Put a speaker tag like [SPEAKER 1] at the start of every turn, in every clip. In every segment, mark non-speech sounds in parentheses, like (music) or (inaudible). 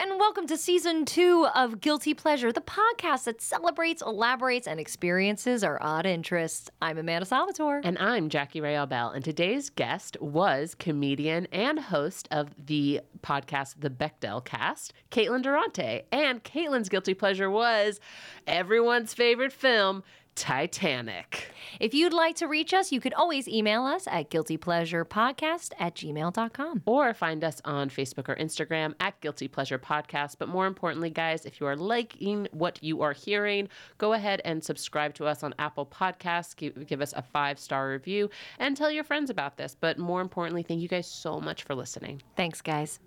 [SPEAKER 1] and welcome to season two of Guilty Pleasure, the podcast that celebrates, elaborates, and experiences our odd interests. I'm Amanda Salvatore.
[SPEAKER 2] And I'm Jackie Rayel Bell. And today's guest was comedian and host of the podcast, The Bechdel Cast, Caitlin Durante. And Caitlin's Guilty Pleasure was everyone's favorite film, Titanic.
[SPEAKER 1] If you'd like to reach us, you could always email us at guiltypleasurepodcast at gmail.com.
[SPEAKER 2] Or find us on Facebook or Instagram at Guilty Pleasure Podcast. But more importantly, guys, if you are liking what you are hearing, go ahead and subscribe to us on Apple Podcasts. Give, give us a five star review and tell your friends about this. But more importantly, thank you guys so much for listening.
[SPEAKER 1] Thanks, guys.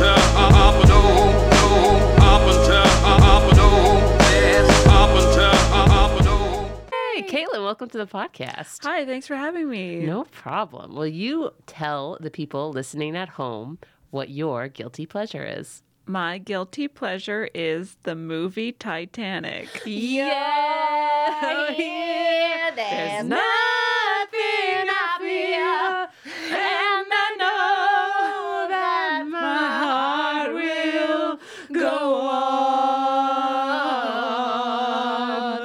[SPEAKER 3] uh, oh, uh,
[SPEAKER 2] welcome to the podcast.
[SPEAKER 4] Hi, thanks for having me.
[SPEAKER 2] No problem. Will you tell the people listening at home what your guilty pleasure is?
[SPEAKER 4] My guilty pleasure is the
[SPEAKER 2] (laughs)
[SPEAKER 4] movie Titanic.
[SPEAKER 1] Yeah, yeah there's nothing I fear, and I know that my heart will go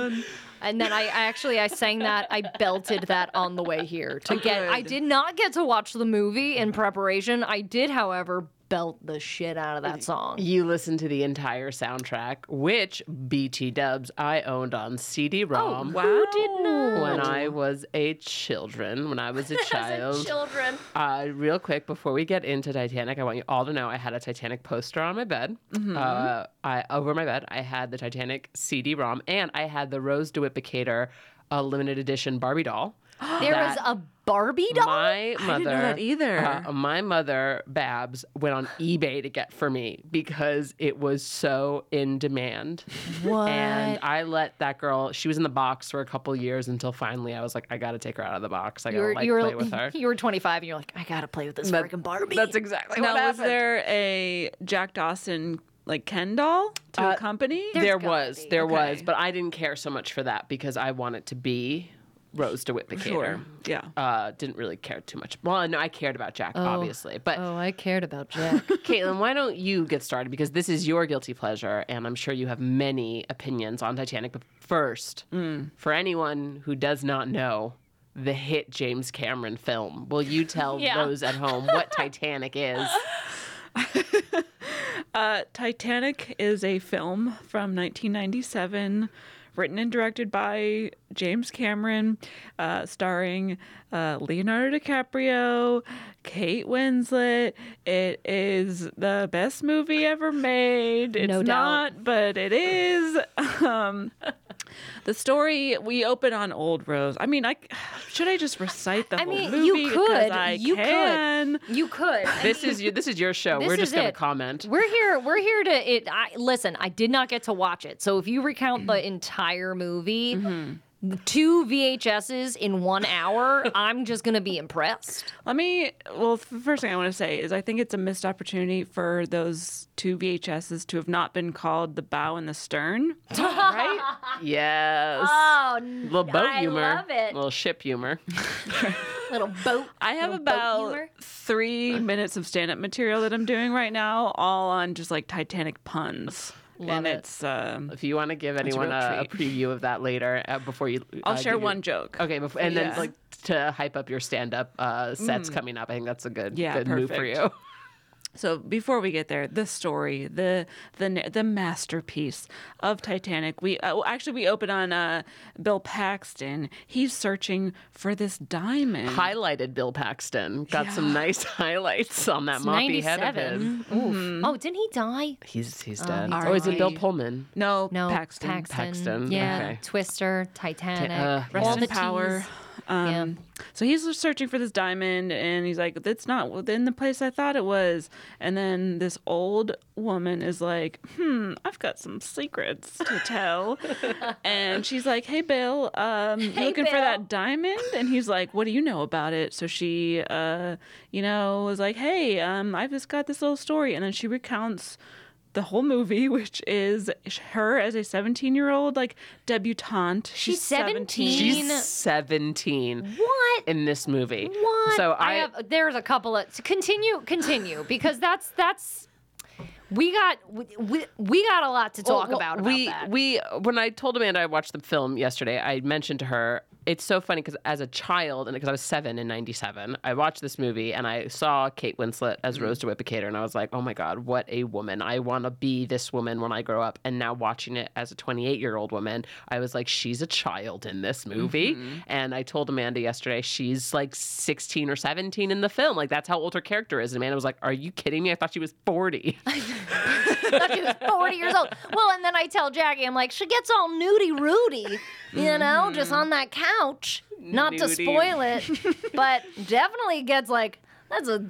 [SPEAKER 1] on. And then I, I actually I sang that I belted that on the way here to get. I
[SPEAKER 4] Good.
[SPEAKER 1] did not get to watch the movie in preparation. I did, however, belt the shit out of that song.
[SPEAKER 2] You listen to the entire soundtrack, which BT dubs I owned on
[SPEAKER 1] Oh,
[SPEAKER 2] CD ROM
[SPEAKER 1] Who did not?
[SPEAKER 2] when I was a children, when I was a child.
[SPEAKER 1] Children.
[SPEAKER 2] Uh, real quick, before we get into Titanic, I want you all to know I had a Titanic poster on my bed. Uh, I over my bed, I had the Titanic CD-ROM, and I had the Rose DeWitt Dewitt-Picator, a limited edition Barbie doll.
[SPEAKER 1] There was
[SPEAKER 2] that
[SPEAKER 1] a Barbie doll.
[SPEAKER 2] My mother,
[SPEAKER 4] I didn't know that either.
[SPEAKER 2] uh, my mother Babs went on eBay to get for me because it was so in demand.
[SPEAKER 1] What?
[SPEAKER 2] And I let that girl. She was in the box for a couple years until finally I was like, I got to take her out of the box. I got
[SPEAKER 1] you
[SPEAKER 2] to
[SPEAKER 1] were
[SPEAKER 2] like
[SPEAKER 1] you were
[SPEAKER 2] play with her.
[SPEAKER 1] (laughs) you were 25 and you're like, I gotta play with this
[SPEAKER 2] That-
[SPEAKER 1] freaking Barbie.
[SPEAKER 2] That's exactly what
[SPEAKER 4] now, was
[SPEAKER 2] happened.
[SPEAKER 4] there a Jack Dawson like Ken doll to
[SPEAKER 2] Uh,
[SPEAKER 4] accompany?
[SPEAKER 2] there
[SPEAKER 1] gotta
[SPEAKER 2] was,
[SPEAKER 1] be.
[SPEAKER 2] there was,
[SPEAKER 4] Okay.
[SPEAKER 2] but I didn't care so much for that because I wanted to be Rose DeWitt Decatur.
[SPEAKER 4] Yeah.
[SPEAKER 2] Uh, didn't really care too much. Well, no, I cared about Jack, obviously. But
[SPEAKER 1] oh, I cared about
[SPEAKER 2] (laughs)
[SPEAKER 1] Jack.
[SPEAKER 2] Caitlin, why don't you get started because this is your guilty pleasure, and I'm sure you have many opinions on Titanic. But first,
[SPEAKER 1] Mm.
[SPEAKER 2] for anyone who does not know the hit James Cameron film, will you tell
[SPEAKER 1] Yeah.
[SPEAKER 2] those at
[SPEAKER 1] (laughs)
[SPEAKER 2] home what Titanic is?
[SPEAKER 4] Uh, Titanic is a film from 1997, written and directed by James Cameron, uh, starring uh, Leonardo DiCaprio, Kate Winslet. It is the best movie ever made. It's
[SPEAKER 1] No doubt.
[SPEAKER 4] not, but it is. Um, (laughs) the story we open on Old Rose. I mean, I (sighs) should I just recite the
[SPEAKER 1] I
[SPEAKER 4] whole
[SPEAKER 1] mean,
[SPEAKER 4] movie
[SPEAKER 1] you
[SPEAKER 4] because
[SPEAKER 1] could,
[SPEAKER 4] I
[SPEAKER 1] you
[SPEAKER 4] can.
[SPEAKER 1] could, you could. I
[SPEAKER 2] This is your, this is your show.
[SPEAKER 1] This
[SPEAKER 2] We're
[SPEAKER 1] is
[SPEAKER 2] just gonna
[SPEAKER 1] it.
[SPEAKER 2] comment.
[SPEAKER 1] We're here. We're here to it. I, listen, I did not get to watch it. So if you recount the entire movie, two VHSs in one hour, I'm just gonna be
[SPEAKER 2] (laughs)
[SPEAKER 1] impressed.
[SPEAKER 4] Let me. Well, the first thing I want to say is I think it's a missed opportunity for those two VHSs to have not been called the bow and the stern, right?
[SPEAKER 2] Yes.
[SPEAKER 1] Oh,
[SPEAKER 2] little boat
[SPEAKER 1] I
[SPEAKER 2] humor.
[SPEAKER 1] love it.
[SPEAKER 2] Little ship humor.
[SPEAKER 1] Little boat.
[SPEAKER 4] I have
[SPEAKER 1] Little boat humor.
[SPEAKER 4] about
[SPEAKER 1] (laughs)
[SPEAKER 4] three minutes of stand-up material that I'm doing right now, all on just like Titanic puns, and
[SPEAKER 1] it.
[SPEAKER 4] it's. Um,
[SPEAKER 2] If you want to give anyone
[SPEAKER 4] real
[SPEAKER 2] a, a preview of that later, uh, before you,
[SPEAKER 4] I'll
[SPEAKER 2] uh,
[SPEAKER 4] share
[SPEAKER 2] give your-
[SPEAKER 4] one joke.
[SPEAKER 2] Okay, before, and then
[SPEAKER 4] Yeah.
[SPEAKER 2] like to hype up your stand-up uh, sets coming up. I think that's a good,
[SPEAKER 4] Yeah,
[SPEAKER 2] good move for
[SPEAKER 4] perfect.
[SPEAKER 2] you. (laughs)
[SPEAKER 4] So before we get there, the story, the the na- the masterpiece of Titanic. We uh, well, actually we open on uh, Bill Paxton. He's searching for this diamond.
[SPEAKER 2] Highlighted Bill Paxton got some nice (laughs) highlights on that moppy head of his.
[SPEAKER 1] 97. Oof. Oh, didn't he die?
[SPEAKER 2] He's he's dead.
[SPEAKER 4] he's
[SPEAKER 2] oh, is it Bill
[SPEAKER 4] R.I.P.
[SPEAKER 2] Pullman?
[SPEAKER 4] No,
[SPEAKER 1] No,
[SPEAKER 4] Paxton.
[SPEAKER 1] Paxton.
[SPEAKER 2] Paxton,
[SPEAKER 1] Yeah,
[SPEAKER 2] okay.
[SPEAKER 1] Twister, Titanic,
[SPEAKER 2] uh,
[SPEAKER 4] Rest
[SPEAKER 1] all
[SPEAKER 4] in
[SPEAKER 1] the
[SPEAKER 4] power.
[SPEAKER 1] Ts.
[SPEAKER 4] Um, So he's just searching for this diamond, and he's like, "That's not within the place I thought it was." And then this old woman is like, "Hmm, I've got some secrets to
[SPEAKER 1] (laughs)
[SPEAKER 4] tell," and she's like, "Hey, Bill, um, you
[SPEAKER 1] Hey,
[SPEAKER 4] looking for
[SPEAKER 1] Bill.
[SPEAKER 4] that diamond?" And he's like, "What do you know about it?" So she, uh, you know, was like, "Hey, um, I've just got this little story," and then she recounts the whole movie, (laughs) which is her as a 17 year old, like debutante.
[SPEAKER 1] She's 17?
[SPEAKER 2] She's
[SPEAKER 1] Mean-
[SPEAKER 2] 17
[SPEAKER 1] What?
[SPEAKER 2] in this movie.
[SPEAKER 1] What?
[SPEAKER 2] So I,
[SPEAKER 1] have there's a couple of so continue continue because that's that's we got we, we, we got a lot to talk
[SPEAKER 2] Oh, Well,
[SPEAKER 1] about about
[SPEAKER 2] we
[SPEAKER 1] that.
[SPEAKER 2] we when I told Amanda I watched the film yesterday, I mentioned to her it's so funny because as a child and because I was seven in '97, I watched this movie and I saw Kate Winslet as
[SPEAKER 1] Mm-hmm.
[SPEAKER 2] Rose DeWitt-Picator, and I was like, oh my god, what a woman! I want to be this woman when I grow up. And now watching it as a 28-year-old woman, I was like, she's a child in this movie.
[SPEAKER 1] Mm-hmm.
[SPEAKER 2] And I told Amanda yesterday she's like 16 or 17 in the film, like that's how old her character is. And Amanda was like, are you kidding me? I thought she was 40.
[SPEAKER 1] (laughs) thought she was 40 years old. Well, and then I tell Jackie, I'm like, she gets all nudie Rudy, you know, just on that couch. Not to
[SPEAKER 2] Mm. Nudie.
[SPEAKER 1] spoil it,
[SPEAKER 2] (laughs)
[SPEAKER 1] but definitely gets like, that's a.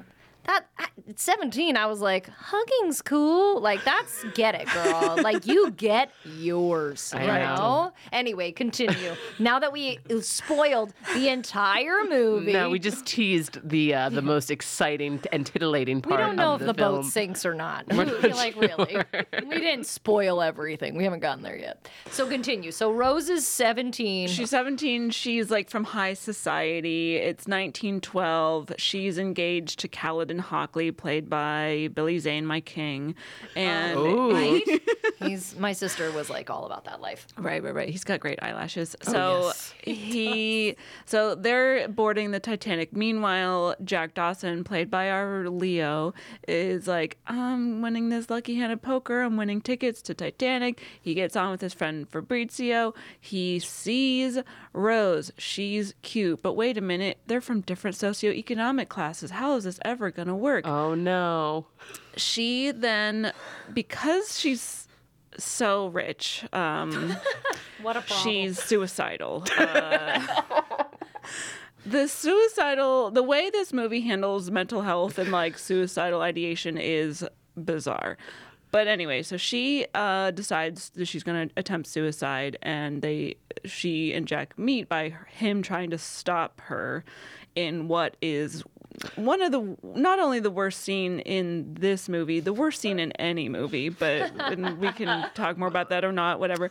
[SPEAKER 1] That I- at 17, I was like, hugging's cool. Like, that's get it,
[SPEAKER 2] (laughs)
[SPEAKER 1] girl. like, you get yours. You
[SPEAKER 2] know.
[SPEAKER 1] know? Anyway, continue. now that we spoiled the entire movie,
[SPEAKER 2] (laughs) No, we just teased the uh, the most exciting and titillating
[SPEAKER 1] we
[SPEAKER 2] part.
[SPEAKER 1] don't know
[SPEAKER 2] of
[SPEAKER 1] if
[SPEAKER 2] the,
[SPEAKER 1] the
[SPEAKER 2] film.
[SPEAKER 1] boat sinks or not. (laughs) We feel like really, we didn't spoil everything. We haven't gotten there yet. So continue. So Rose is seventeen.
[SPEAKER 4] She's 17. She's like from high society. It's 1912. She's engaged to Kaladin Hockley, played by Billy Zane, my king. And
[SPEAKER 2] Ooh.
[SPEAKER 1] (laughs) He's my sister was like all about that life.
[SPEAKER 4] Right, right, right. He's got great eyelashes. So
[SPEAKER 2] Oh, yes. (laughs)
[SPEAKER 4] he, so they're boarding the Titanic. Meanwhile, Jack Dawson, played by our Leo, is like, I'm winning this lucky hand of poker. I'm winning tickets to Titanic. He gets on with his friend Fabrizio. He sees Rose. She's cute. But wait a minute, they're from different socioeconomic classes. How is this ever gonna work?
[SPEAKER 2] Oh no!
[SPEAKER 4] she then because she's so rich, um
[SPEAKER 1] What a
[SPEAKER 4] she's suicidal. Uh, the suicidal, the way this movie handles mental health and like suicidal ideation is bizarre. But anyway, so she uh, decides that she's going to attempt suicide, and they, she and Jack meet by him trying to stop her in what is one of the not only the worst scene in this movie, the worst scene in any movie. But and we can talk more about that or not, whatever.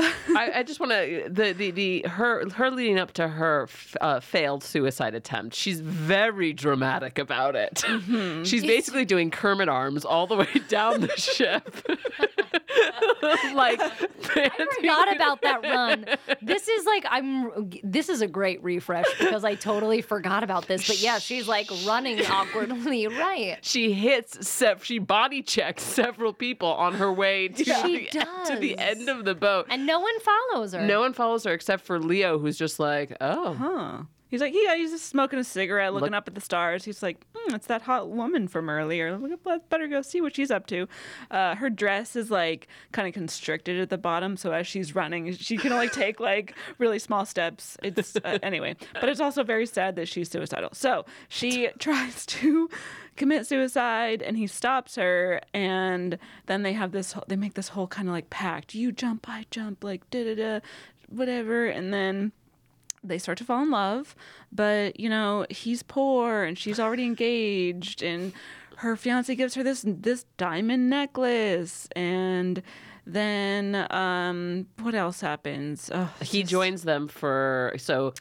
[SPEAKER 2] I, I just want to the, the the her her leading up to her f- uh, failed suicide attempt. She's very dramatic about it.
[SPEAKER 1] Mm-hmm.
[SPEAKER 2] She's basically doing Kermit arms all the way down the ship. (laughs) like (laughs)
[SPEAKER 1] Not about that run. This is like I'm. This is a great refresh because I totally forgot about this. But yeah, she's like
[SPEAKER 2] (laughs)
[SPEAKER 1] running awkwardly. Right.
[SPEAKER 2] she hits sev- she body checks several people on her way to,
[SPEAKER 1] She
[SPEAKER 2] the, to the
[SPEAKER 1] does.
[SPEAKER 2] end of the boat.
[SPEAKER 1] And no one follows her.
[SPEAKER 2] No one follows her except for Leo, who's just like, oh,
[SPEAKER 4] Huh. He's like, yeah, he's just smoking a cigarette, looking
[SPEAKER 2] Look-
[SPEAKER 4] up at the stars. He's like, mm, it's that hot woman from earlier. Look, Let's better go see what she's up to. Uh, her dress is like kind of constricted at the bottom, so as she's running, she can only take like really small steps. It's uh, anyway, but it's also very sad that she's suicidal. So she tries to commit suicide, and he stops her, and then they have this. whole- They make this whole kind of like pact: you jump, I jump, like da da da, whatever, and then they start to fall in love, but you know, he's poor and she's already engaged and her fiance gives her this this diamond necklace and then um what else happens? Oh,
[SPEAKER 2] he joins them for so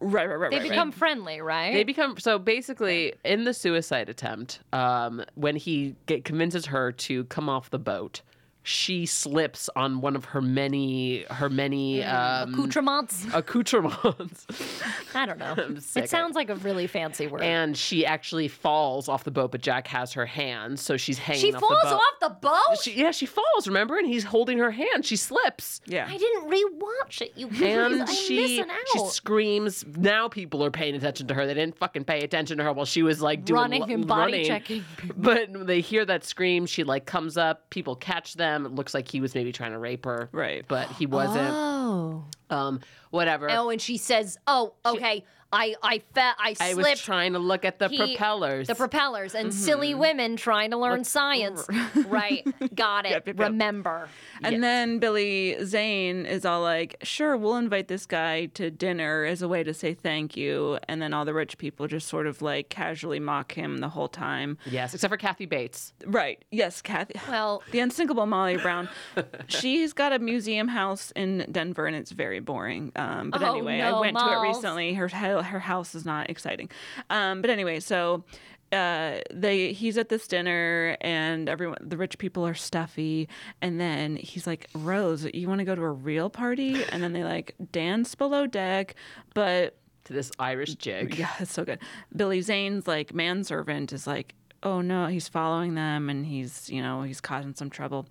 [SPEAKER 4] right, right, right,
[SPEAKER 1] They
[SPEAKER 4] right,
[SPEAKER 1] become friendly, right?
[SPEAKER 2] they become so basically in the suicide attempt um, when he get, convinces her to come off the boat she slips on one of her many her many
[SPEAKER 1] Mm,
[SPEAKER 2] um, (laughs)
[SPEAKER 1] accoutrements.
[SPEAKER 2] accoutrements (laughs)
[SPEAKER 1] I don't know.
[SPEAKER 2] sick.
[SPEAKER 1] It sounds like a really fancy word.
[SPEAKER 2] and she actually falls off the boat but jack has her hand so she's hanging
[SPEAKER 1] she
[SPEAKER 2] off
[SPEAKER 1] falls
[SPEAKER 2] the boat
[SPEAKER 1] off the boat.
[SPEAKER 2] She- yeah she falls remember and he's holding her hand she slips
[SPEAKER 4] Yeah.
[SPEAKER 1] I didn't rewatch it. (laughs) You guys, I'm
[SPEAKER 2] and she
[SPEAKER 1] missing out.
[SPEAKER 2] she screams. Now people are paying attention to her. They didn't fucking pay attention to her while she was like doing
[SPEAKER 1] Running
[SPEAKER 2] lo-
[SPEAKER 1] and body
[SPEAKER 2] running.
[SPEAKER 1] checking
[SPEAKER 2] (laughs) But they hear that scream. She like comes up. People catch them. It looks like he was maybe trying to rape her.
[SPEAKER 4] Right.
[SPEAKER 1] (gasps)
[SPEAKER 2] but he wasn't.
[SPEAKER 1] oh.
[SPEAKER 2] Um, whatever.
[SPEAKER 1] Oh, and she says, "Oh, okay, I I fe- I
[SPEAKER 2] I
[SPEAKER 1] slipped.
[SPEAKER 2] was trying Mm-hmm. to look at the
[SPEAKER 1] he-
[SPEAKER 2] propellers.
[SPEAKER 1] The propellers and silly women trying to learn science.
[SPEAKER 2] (laughs)
[SPEAKER 1] right. Got it.
[SPEAKER 4] Yep, yep, yep.
[SPEAKER 1] Remember.
[SPEAKER 4] And then Billy Zane is all like, sure, we'll invite this guy to dinner as a way to say thank you. And then all the rich people just sort of like casually mock him the whole time.
[SPEAKER 2] yes, except for Kathy Bates.
[SPEAKER 4] Right. Yes, Kathy.
[SPEAKER 1] Well,
[SPEAKER 4] The unsinkable Molly Brown. She's got a museum house in Denver, and it's very boring. Um, but
[SPEAKER 1] Oh,
[SPEAKER 4] anyway, I
[SPEAKER 1] no,
[SPEAKER 4] went to it
[SPEAKER 1] Malls.
[SPEAKER 4] recently. Her her house is not exciting. Um, but anyway, so. Uh, they he's at this dinner and everyone the rich people are stuffy and then he's like Rose you want to go to a real party and then they like dance below deck but
[SPEAKER 2] to this Irish jig.
[SPEAKER 4] (laughs) yeah, it's so good. Billy Zane's like manservant is like, oh no, he's following them and he's you know he's causing some trouble.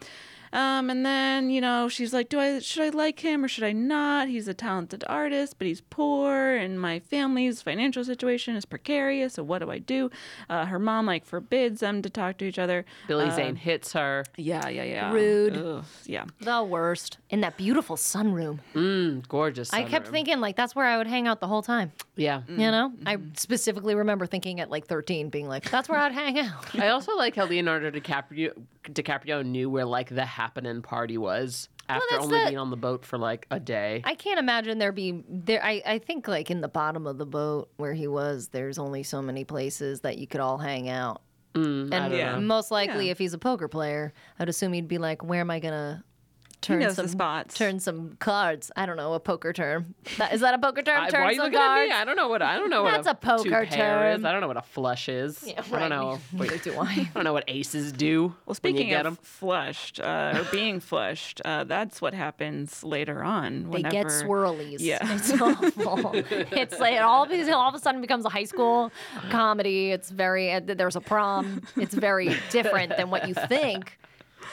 [SPEAKER 4] Um, and then you know she's like, do I should I like him or should I not? He's a talented artist, but he's poor, and my family's financial situation is precarious. So what do I do? Uh, her mom like forbids them to talk to each other.
[SPEAKER 2] Billy
[SPEAKER 1] Uh,
[SPEAKER 2] Zane hits her.
[SPEAKER 4] Yeah, yeah, yeah.
[SPEAKER 1] Rude.
[SPEAKER 4] Ugh, yeah.
[SPEAKER 1] the worst. In that beautiful sunroom.
[SPEAKER 2] Mm, gorgeous.
[SPEAKER 1] I kept
[SPEAKER 2] sunroom. Mm.
[SPEAKER 1] thinking, like, that's where I would hang out the whole time.
[SPEAKER 2] Yeah.
[SPEAKER 1] You know? I
[SPEAKER 2] Mm-hmm.
[SPEAKER 1] specifically remember thinking at like 13, being like, that's where I'd hang out.
[SPEAKER 2] I also like how Leonardo DiCaprio DiCaprio knew where like the happening party was after
[SPEAKER 1] that's
[SPEAKER 2] only
[SPEAKER 1] the-
[SPEAKER 2] being on the boat for like a day.
[SPEAKER 1] I can't imagine there be there. I, I think like in the bottom of the boat where he was, there's only so many places that you could all hang out.
[SPEAKER 2] Mm, I
[SPEAKER 1] And
[SPEAKER 2] don't
[SPEAKER 4] Yeah.
[SPEAKER 2] know.
[SPEAKER 1] most likely,
[SPEAKER 4] Yeah.
[SPEAKER 1] if he's a poker player, I'd assume he'd be like, "Where am I gonna turn
[SPEAKER 4] knows the
[SPEAKER 1] some
[SPEAKER 4] spots."
[SPEAKER 1] (laughs) Turn some cards. I don't know a poker term. That, is that a poker term?
[SPEAKER 2] I,
[SPEAKER 1] turn
[SPEAKER 2] why are you
[SPEAKER 1] some
[SPEAKER 2] looking at
[SPEAKER 1] cards.
[SPEAKER 2] me? I don't know what I don't know what
[SPEAKER 1] That's a poker
[SPEAKER 2] two-pair is.
[SPEAKER 1] term.
[SPEAKER 2] I don't know what a flush is. I
[SPEAKER 1] right. (laughs)
[SPEAKER 2] don't know. Wait,
[SPEAKER 1] Neither
[SPEAKER 2] (laughs)
[SPEAKER 1] do I.
[SPEAKER 2] I don't know what aces do.
[SPEAKER 4] Well,
[SPEAKER 2] when
[SPEAKER 4] speaking
[SPEAKER 2] you get
[SPEAKER 4] of
[SPEAKER 2] 'em.
[SPEAKER 4] flushed uh,
[SPEAKER 2] (laughs)
[SPEAKER 4] or being flushed, uh, that's what happens later on.
[SPEAKER 1] They get
[SPEAKER 4] whenever-
[SPEAKER 1] swirlies.
[SPEAKER 4] Yeah. (laughs)
[SPEAKER 1] It's
[SPEAKER 2] (laughs)
[SPEAKER 1] awful. it's like it all, of a- all of a sudden becomes a high school comedy. It's very, uh, there's a prom. It's very different than
[SPEAKER 2] (laughs)
[SPEAKER 1] what you think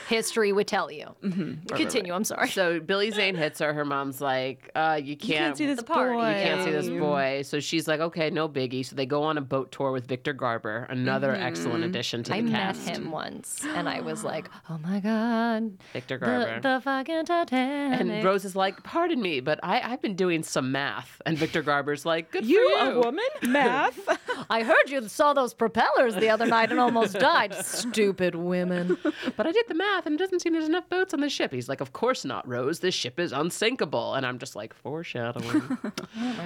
[SPEAKER 1] history would tell you.
[SPEAKER 2] Mm-hmm.
[SPEAKER 1] Continue, I'm sorry.
[SPEAKER 2] so Billy Zane hits her. Her mom's like, uh, "You can't,
[SPEAKER 4] You can't see this
[SPEAKER 1] the party.
[SPEAKER 4] boy.
[SPEAKER 2] you can't see this
[SPEAKER 1] Yeah.
[SPEAKER 2] boy." So she's like, "Okay, no biggie." So they go on a boat tour with Victor Garber, another excellent addition to the
[SPEAKER 1] Mm-hmm. I met
[SPEAKER 2] cast.
[SPEAKER 1] him once and I was like, oh my God.
[SPEAKER 2] Victor
[SPEAKER 1] The,
[SPEAKER 2] Garber.
[SPEAKER 1] the fucking Titanic.
[SPEAKER 2] and Rose is like, "Pardon me, but I, I've been doing some math." And Victor Garber's like, "Good
[SPEAKER 4] You,
[SPEAKER 2] for you."
[SPEAKER 4] a woman?
[SPEAKER 2] (laughs)
[SPEAKER 4] Math?
[SPEAKER 1] I heard you saw those propellers the other night and almost
[SPEAKER 2] (laughs)
[SPEAKER 1] died. Stupid women.
[SPEAKER 2] But I did the math, and it doesn't seem there's enough boats on the ship. He's like, "Of course not, Rose. This ship is unsinkable." And I'm just like, foreshadowing.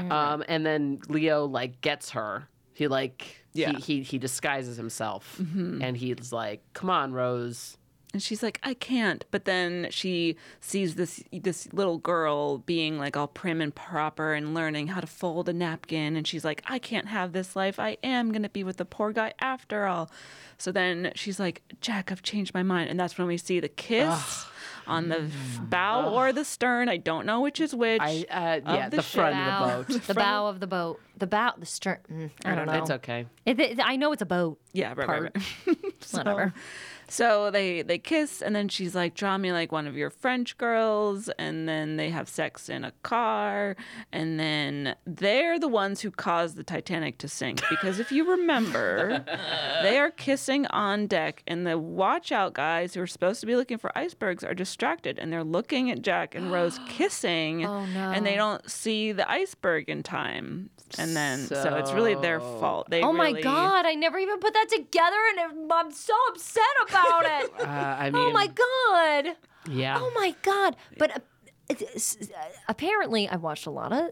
[SPEAKER 2] um, and then Leo like gets her. He like
[SPEAKER 4] Yeah.
[SPEAKER 2] he, he he disguises himself, and he's like, "Come on, Rose."
[SPEAKER 4] and she's like, I can't. But then she sees this this little girl being like all prim and proper and learning how to fold a napkin, and she's like, I can't have this life. I am gonna be with the poor guy after all. So then she's like, Jack, I've changed my mind, and that's when we see the kiss. On the bow or the stern, I don't know which is which.
[SPEAKER 2] Mm. I uh, yeah,
[SPEAKER 4] the
[SPEAKER 2] the, front
[SPEAKER 1] bow,
[SPEAKER 2] of the boat.
[SPEAKER 1] The bow of the boat. The bow, the stern. mm, I, don't know.
[SPEAKER 2] It's okay.
[SPEAKER 1] It, it- I know it's a boat.
[SPEAKER 4] yeah, right, right,
[SPEAKER 1] part.
[SPEAKER 4] right.
[SPEAKER 1] Whatever.
[SPEAKER 4] So they they kiss, and then she's like, "Draw me like one of your French girls," and then they have sex in a car, and then they're the ones who caused the Titanic to sink because if you remember,
[SPEAKER 1] (laughs)
[SPEAKER 4] they are kissing on deck, and the watch out guys who are supposed to be looking for icebergs are distracted, and they're looking at Jack
[SPEAKER 1] (gasps)
[SPEAKER 4] and Rose kissing,
[SPEAKER 1] Oh, no.
[SPEAKER 4] and they don't see the iceberg in time, and then so, it's really their
[SPEAKER 2] So-
[SPEAKER 4] fault. They
[SPEAKER 1] Oh my
[SPEAKER 4] really-
[SPEAKER 1] god! I never even put that together, and it- I'm so upset about it.
[SPEAKER 2] Uh, (laughs) I mean,
[SPEAKER 1] oh my god!
[SPEAKER 2] yeah.
[SPEAKER 1] Oh my god! But uh, it's- uh, apparently, I watched a lot of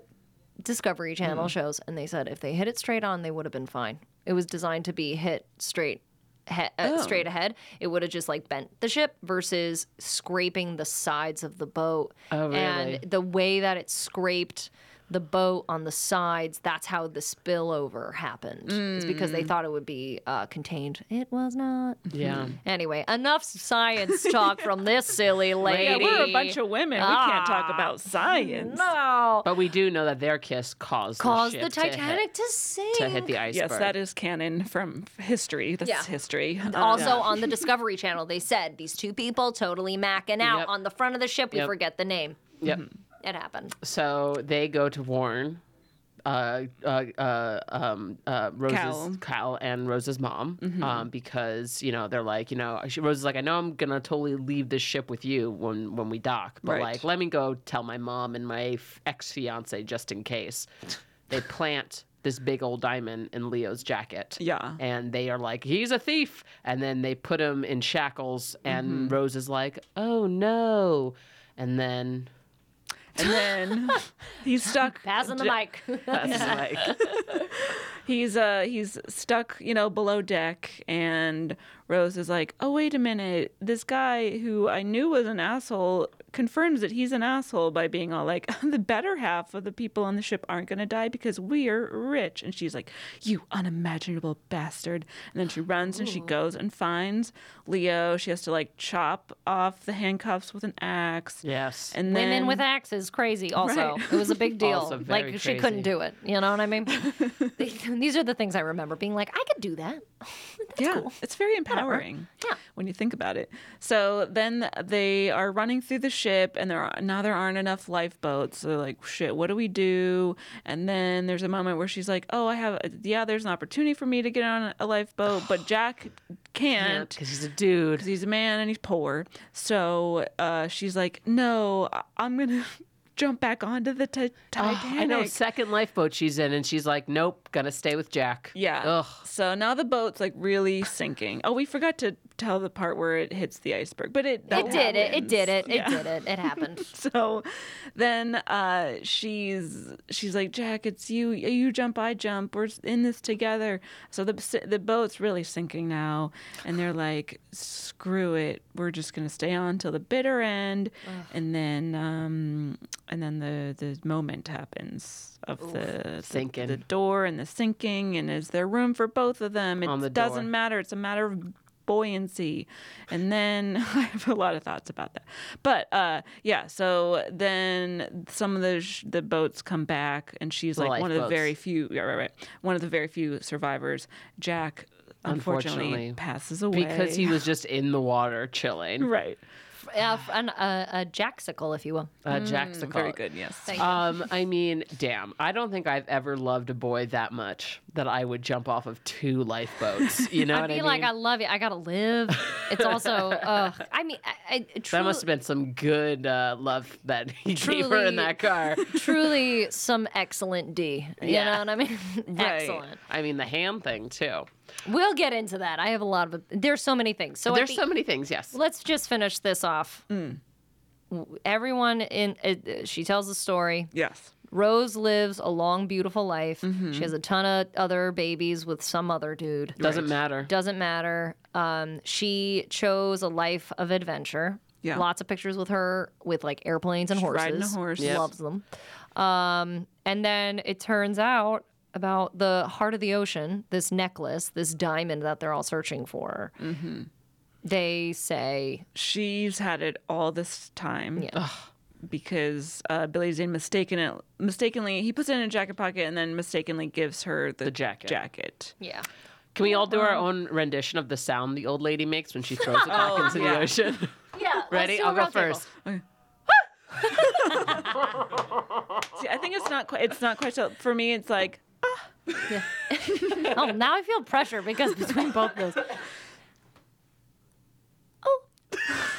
[SPEAKER 1] Discovery
[SPEAKER 2] Hmm.
[SPEAKER 1] Channel shows, and they said if they hit it straight on, they would have been fine. It was designed to be hit straight. He- uh,
[SPEAKER 2] Oh.
[SPEAKER 1] Straight ahead, it would have just like bent the ship versus scraping the sides of the boat.
[SPEAKER 2] Oh, really?
[SPEAKER 1] And the way that it scraped the boat on the sides, that's how the spillover happened. It's because
[SPEAKER 2] Hmm.
[SPEAKER 1] they thought it would be uh, contained. It was not.
[SPEAKER 2] Yeah.
[SPEAKER 1] Anyway, enough science talk from (laughs) this silly
[SPEAKER 4] Yeah,
[SPEAKER 1] lady. Ah,
[SPEAKER 4] we're a bunch of women. We can't talk about science.
[SPEAKER 1] no.
[SPEAKER 2] But we do know that their kiss caused
[SPEAKER 1] Caused
[SPEAKER 2] the,
[SPEAKER 1] the
[SPEAKER 2] ship
[SPEAKER 1] Titanic to, sink.
[SPEAKER 2] to hit, to hit the iceberg.
[SPEAKER 4] Yes, that is canon from history. That's
[SPEAKER 1] Yeah.
[SPEAKER 4] history.
[SPEAKER 1] also (laughs)
[SPEAKER 4] Um,
[SPEAKER 1] on the Discovery Channel, they said these two people totally macking out
[SPEAKER 2] Yep.
[SPEAKER 1] on the front of the ship. We
[SPEAKER 2] Yep.
[SPEAKER 1] forget the name.
[SPEAKER 2] Yep.
[SPEAKER 1] It happened.
[SPEAKER 2] So they go to warn uh, uh, uh, um, uh, Rose's
[SPEAKER 4] Cal.
[SPEAKER 2] Cal. and Rose's mom um, because you know they're like you know she, Rose is like I know I'm gonna totally leave this ship with you when when we dock, but
[SPEAKER 4] Right.
[SPEAKER 2] like let me go tell my mom and my ex fiance just in case. They plant this big old diamond in Leo's jacket.
[SPEAKER 4] Yeah.
[SPEAKER 2] And they are like, he's a thief. And then they put him in shackles. And Rose is like, oh no. And then
[SPEAKER 1] (laughs)
[SPEAKER 4] And then he's stuck.
[SPEAKER 1] Passing (laughs) the mic.
[SPEAKER 2] that's
[SPEAKER 4] (laughs)
[SPEAKER 2] like,
[SPEAKER 1] (laughs)
[SPEAKER 4] He's uh he's stuck, you know, below deck and Rose is like, "Oh, wait a minute. This guy who I knew was an asshole confirms that he's an asshole by being all like, (laughs) "The better half of the people on the ship aren't going to die because we're rich." And she's like, "You unimaginable bastard." And then she runs and she goes and finds Leo. She has to like chop off the handcuffs with an axe.
[SPEAKER 2] yes.
[SPEAKER 4] And
[SPEAKER 1] (laughs)
[SPEAKER 4] then
[SPEAKER 1] Women with axes, crazy. Also,
[SPEAKER 4] Right.
[SPEAKER 1] it was a (laughs) big deal.
[SPEAKER 2] Also
[SPEAKER 1] like
[SPEAKER 2] very
[SPEAKER 1] she couldn't
[SPEAKER 2] crazy.
[SPEAKER 1] do it. You know what I (laughs) mean? These are the things I remember being like, I could do that.
[SPEAKER 4] yeah, it's very empowering
[SPEAKER 1] Yeah.
[SPEAKER 4] when you think about it. So then they are running through the ship, and there are, now there aren't enough lifeboats. So they're like, "Shit, what do we do?" And then there's a moment where she's like, "Oh, I have yeah, there's an opportunity for me to get on a lifeboat, but Jack can't."
[SPEAKER 2] Because he's a dude.
[SPEAKER 4] because he's a man and he's poor. So uh, she's like, "No, I- I'm gonna (laughs) jump back onto the ti- Titanic."
[SPEAKER 2] Oh, I know, second lifeboat she's in. And she's like, nope, gonna stay with Jack.
[SPEAKER 4] Yeah.
[SPEAKER 2] Ugh.
[SPEAKER 4] So now the boat's like really sinking. Oh, we forgot to tell the part where it hits the iceberg, but it that
[SPEAKER 1] it did it. It
[SPEAKER 4] happens.
[SPEAKER 1] did it.
[SPEAKER 4] Yeah.
[SPEAKER 1] It did it. It happened.
[SPEAKER 4] (laughs) So then uh, she's she's like Jack, it's you. You jump, I jump. We're in this together. So the the boat's really sinking now, and they're like, screw it. We're just gonna stay on till the bitter end, and then um, and then the the moment happens of the
[SPEAKER 2] Sinking.
[SPEAKER 4] the, the door and the sinking, and is there room for both of them? It
[SPEAKER 2] On the
[SPEAKER 4] doesn't
[SPEAKER 2] door.
[SPEAKER 4] matter. It's a matter of buoyancy. And then (laughs) I have a lot of thoughts about that. But uh, yeah, so then some of the sh- the boats come back, and she's
[SPEAKER 2] The
[SPEAKER 4] like one of the
[SPEAKER 2] lifeboats.
[SPEAKER 4] very few. Yeah, right, right. One of the very few survivors. Jack, unfortunately,
[SPEAKER 2] Unfortunately.
[SPEAKER 4] passes away
[SPEAKER 2] Because he was just in the water chilling.
[SPEAKER 4] (laughs) right.
[SPEAKER 1] uh, (laughs) f- an, uh, a jacksicle, if you will.
[SPEAKER 2] Uh, Jack's the
[SPEAKER 4] Mm, Very
[SPEAKER 2] call.
[SPEAKER 4] good. Yes.
[SPEAKER 1] Thank
[SPEAKER 2] Um, I mean, damn. I don't think I've ever loved a boy that much that I would jump off of two lifeboats. You know
[SPEAKER 1] I'd
[SPEAKER 2] what
[SPEAKER 1] be
[SPEAKER 2] I mean?
[SPEAKER 1] like, I love you. I gotta live. It's also,
[SPEAKER 2] (laughs)
[SPEAKER 1] ugh. I mean, I, I
[SPEAKER 2] that
[SPEAKER 1] truly,
[SPEAKER 2] must have been some good uh, love that (laughs) he gave her
[SPEAKER 1] Truly.
[SPEAKER 2] in that car. (laughs)
[SPEAKER 1] truly some excellent D. You
[SPEAKER 2] Yeah.
[SPEAKER 1] know what I
[SPEAKER 2] (laughs)
[SPEAKER 1] mean? Excellent.
[SPEAKER 2] I mean, the ham thing too.
[SPEAKER 1] We'll get into that. I have a lot of. There's so many things. So at
[SPEAKER 2] There's
[SPEAKER 1] the
[SPEAKER 2] so Mm. many things. Yes.
[SPEAKER 1] let's just finish this off. W- Everyone in it, she tells a story.
[SPEAKER 4] Yes.
[SPEAKER 1] Rose lives a long, beautiful life.
[SPEAKER 2] Mm-hmm.
[SPEAKER 1] She has a ton of other babies with some other dude.
[SPEAKER 2] Doesn't matter.
[SPEAKER 1] Doesn't matter. Um, she chose a life of adventure.
[SPEAKER 4] Yeah.
[SPEAKER 1] Lots of pictures with her with like airplanes and horses.
[SPEAKER 4] riding a horse.
[SPEAKER 2] Yep.
[SPEAKER 1] Loves them. Um, and then it turns out about the heart of the ocean, this necklace, this diamond that they're all searching for. Mm-hmm. They say,
[SPEAKER 4] she's had it all this time.
[SPEAKER 1] Yeah.
[SPEAKER 4] Because uh, Billy Zane mistaken it, mistakenly he puts it in a jacket pocket and then mistakenly gives her the,
[SPEAKER 2] The jacket.
[SPEAKER 4] jacket.
[SPEAKER 1] yeah.
[SPEAKER 2] Can we all do
[SPEAKER 1] Um,
[SPEAKER 2] our own rendition of the sound the old lady makes when she
[SPEAKER 1] (laughs)
[SPEAKER 2] throws it back into
[SPEAKER 4] yeah.
[SPEAKER 2] the ocean?
[SPEAKER 1] Oh, Yeah.
[SPEAKER 2] Ready? I'll go first.
[SPEAKER 4] See, I think it's not quite. It's not quite. So, for me, it's (gasps) like
[SPEAKER 1] Oh, now I feel pressure because between both those.
[SPEAKER 4] (laughs)
[SPEAKER 1] Oh.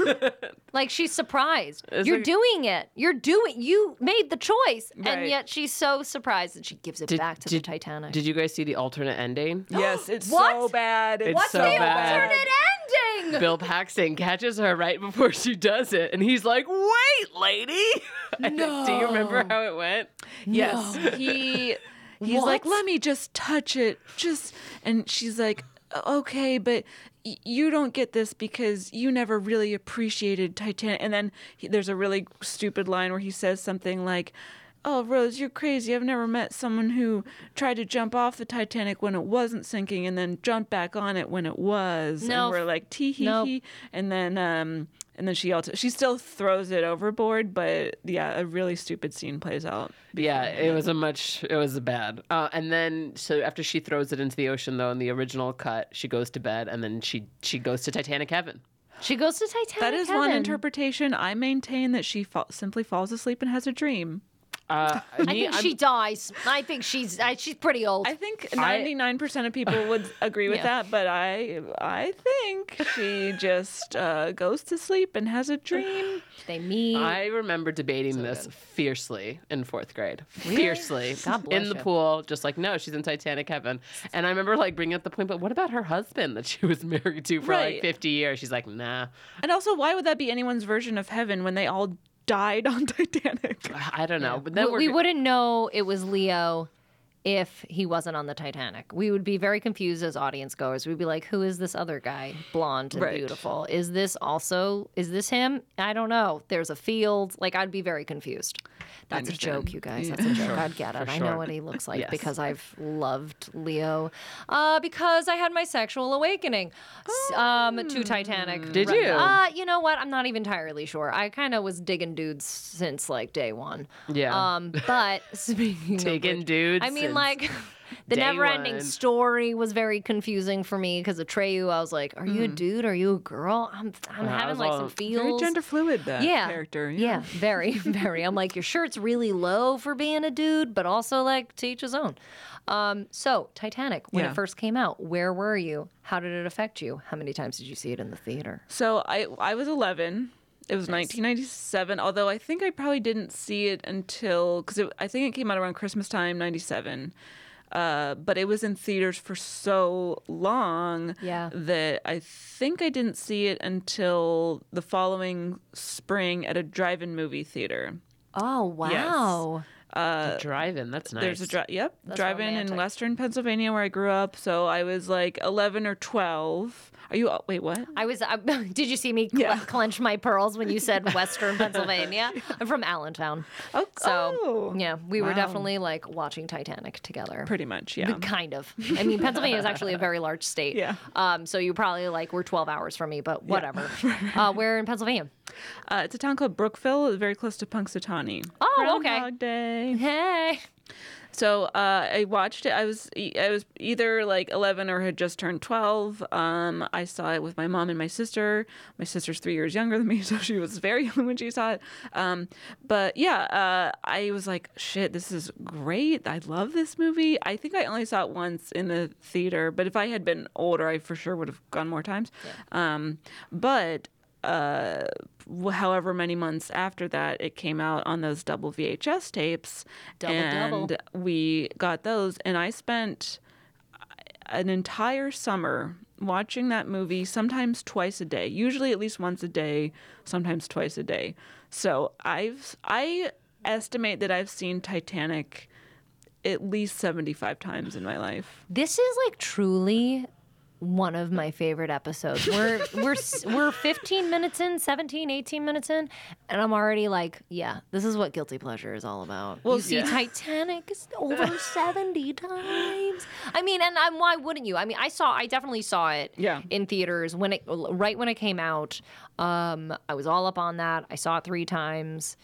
[SPEAKER 4] Oh.
[SPEAKER 1] (laughs) like she's surprised.
[SPEAKER 2] It's
[SPEAKER 1] You're
[SPEAKER 2] like-
[SPEAKER 1] doing it. You're doing you made the choice.
[SPEAKER 4] Right.
[SPEAKER 1] And yet she's so surprised that she gives it
[SPEAKER 2] Did-
[SPEAKER 1] back to
[SPEAKER 2] did-
[SPEAKER 1] the Titanic.
[SPEAKER 2] Did you guys see the
[SPEAKER 1] (laughs)
[SPEAKER 2] alternate ending?
[SPEAKER 4] yes, it's so
[SPEAKER 1] What?
[SPEAKER 4] bad. It's
[SPEAKER 2] What's
[SPEAKER 4] so
[SPEAKER 2] the
[SPEAKER 4] bad.
[SPEAKER 2] alternate?
[SPEAKER 1] ending.
[SPEAKER 2] Bill Paxton catches her right before she does it, and he's like, "Wait, lady!" (laughs) No. Do you remember how it went?
[SPEAKER 4] Yes, Oh,
[SPEAKER 1] (laughs)
[SPEAKER 4] he he's like,
[SPEAKER 1] What?
[SPEAKER 4] let me just touch it, just and she's like, okay, but y- you don't get this because you never really appreciated Titanic. And then he, there's a really stupid line where he says something like. Oh, Rose, you're crazy. I've never met someone who tried to jump off the Titanic when it wasn't sinking and then jumped back on it when it was.
[SPEAKER 1] No.
[SPEAKER 4] And we're like, tee hee
[SPEAKER 1] Nope.
[SPEAKER 4] hee. And then, um, and then she also, she still throws it overboard, but yeah, a really stupid scene plays out.
[SPEAKER 2] Yeah, it was a much, it was bad. Uh, and then, so after she throws it into the ocean, though, in the original cut, she goes to bed, and then she she goes to Titanic Heaven.
[SPEAKER 1] She goes to Titanic.
[SPEAKER 4] That is one
[SPEAKER 1] heaven.
[SPEAKER 4] interpretation. I maintain that she fa- simply falls asleep and has a dream.
[SPEAKER 2] Uh, Uh,
[SPEAKER 1] I think she dies. I think she's I, she's pretty old.
[SPEAKER 4] I think 99% of people would agree with
[SPEAKER 1] Yeah.
[SPEAKER 4] that, but I I think she just uh, goes to sleep and has a dream.
[SPEAKER 1] they meet.
[SPEAKER 2] I remember debating this fiercely in fourth grade. Fiercely.
[SPEAKER 1] God bless
[SPEAKER 2] in the
[SPEAKER 1] you.
[SPEAKER 2] pool, just like, no, she's in Titanic Heaven. And I remember like bringing up the point, but what about her husband that she was (laughs) married to for
[SPEAKER 4] Right.
[SPEAKER 2] like 50 years? She's like, nah,
[SPEAKER 4] And also, why would that be anyone's version of heaven when they all died on (laughs) Titanic?
[SPEAKER 2] I don't know. But then
[SPEAKER 1] we,
[SPEAKER 2] we're,
[SPEAKER 1] we wouldn't know it was Leo if he wasn't on the Titanic. We would be very confused as audience goers. We'd be like, who is this other guy? Blonde and
[SPEAKER 4] Right.
[SPEAKER 1] beautiful. Is this also is this him? I don't know. There's a field. Like I'd be very confused. That's a
[SPEAKER 4] understand.
[SPEAKER 1] joke, you guys. That's a joke. I'd get it. I
[SPEAKER 2] sure.
[SPEAKER 1] know what he looks like
[SPEAKER 2] Yes.
[SPEAKER 1] because I've loved Leo. Uh, because I had my sexual awakening s- um, to Titanic.
[SPEAKER 2] Did
[SPEAKER 1] Right.
[SPEAKER 2] you?
[SPEAKER 1] Uh, you know what? I'm not even entirely sure. I kind of was digging dudes since like day one.
[SPEAKER 2] Yeah.
[SPEAKER 1] Um, but (laughs) speaking of
[SPEAKER 2] Digging
[SPEAKER 1] which-
[SPEAKER 2] dudes
[SPEAKER 1] I mean,
[SPEAKER 2] since
[SPEAKER 1] like (laughs) the
[SPEAKER 2] day
[SPEAKER 1] never-ending
[SPEAKER 2] one.
[SPEAKER 1] story was very confusing for me because Atreyu, I was like, "Are you a dude? Are you a girl?" I'm, I'm
[SPEAKER 2] Mm. I
[SPEAKER 1] having
[SPEAKER 2] was
[SPEAKER 1] like
[SPEAKER 2] all- (laughs)
[SPEAKER 1] some feels.
[SPEAKER 4] Very gender fluid, that
[SPEAKER 1] yeah.
[SPEAKER 4] character.
[SPEAKER 1] Yeah. Very, (laughs) very. I'm like, your shirt's really low for being a dude, but also like to each his own. Um, so Titanic, when
[SPEAKER 4] Yeah.
[SPEAKER 1] it first came out, where were you? How did it affect you? How many times did you see it in the theater?
[SPEAKER 4] So I I was 11. It was 1997. Although I think I probably didn't see it until because I think it came out around Christmas time 97. Uh, but it was in theaters for so long
[SPEAKER 1] Yeah.
[SPEAKER 4] that I think I didn't see it until the following spring at a drive-in movie theater.
[SPEAKER 1] Oh wow.
[SPEAKER 2] driving. That's
[SPEAKER 1] uh,
[SPEAKER 2] nice.
[SPEAKER 4] There's a dri- yep drive-in in
[SPEAKER 1] romantic.
[SPEAKER 4] Western Pennsylvania where I grew up. So I was like 11 or 12. Are you wait what?
[SPEAKER 1] I was. I, (laughs) did you see me cle-
[SPEAKER 4] Yeah.
[SPEAKER 1] clench my pearls when you
[SPEAKER 4] (laughs)
[SPEAKER 1] said Western Pennsylvania? I'm from Allentown.
[SPEAKER 4] Oh,
[SPEAKER 1] so
[SPEAKER 4] oh.
[SPEAKER 1] yeah, we were
[SPEAKER 4] Wow.
[SPEAKER 1] definitely like watching Titanic together. Uh,
[SPEAKER 4] Pretty much yeah.
[SPEAKER 1] Kind
[SPEAKER 4] (laughs)
[SPEAKER 1] of. I mean, Pennsylvania is actually a very large state.
[SPEAKER 4] Yeah.
[SPEAKER 1] Um. So you probably like were 12 hours from me, but
[SPEAKER 4] (laughs)
[SPEAKER 1] whatever. uh, we're in Pennsylvania.
[SPEAKER 4] Uh, it's a town called Brookville, very close to Punxsutawney.
[SPEAKER 1] Oh, okay.
[SPEAKER 4] Groundhog Day.
[SPEAKER 1] Hey.
[SPEAKER 4] So uh, I watched it. I was e, I was either like eleven or had just turned twelve. Um, I saw it with my mom and my sister. My sister's three years younger than me, (laughs) so she was very young when she saw it. Um, but yeah, uh, I was like, shit, this is great. I love this movie. I think I only saw it once in the theater, but if I had been older, I for sure would have gone more times. Um, but uh, wh- however many months after that, it came out on those double VHS tapes,
[SPEAKER 1] Double,
[SPEAKER 4] and
[SPEAKER 1] double.
[SPEAKER 4] we got those. And I spent uh, an entire summer watching that movie, sometimes twice a day, usually at least once a day, sometimes twice a day. So I've I estimate that I've seen Titanic at least seventy five times in my life.
[SPEAKER 1] This is like truly one of my favorite episodes. We're we're s- (laughs) we're 15 minutes in, 17, 18 minutes in, and I'm already like, yeah, this is what guilty pleasure is all about. you see
[SPEAKER 2] yeah.
[SPEAKER 1] Titanic is over 70 times. I mean, and I'm, why wouldn't you? I mean, I saw I definitely saw it
[SPEAKER 4] Yeah.
[SPEAKER 1] in theaters when it right when it came out. Um, I was all up on that. I saw it 3 times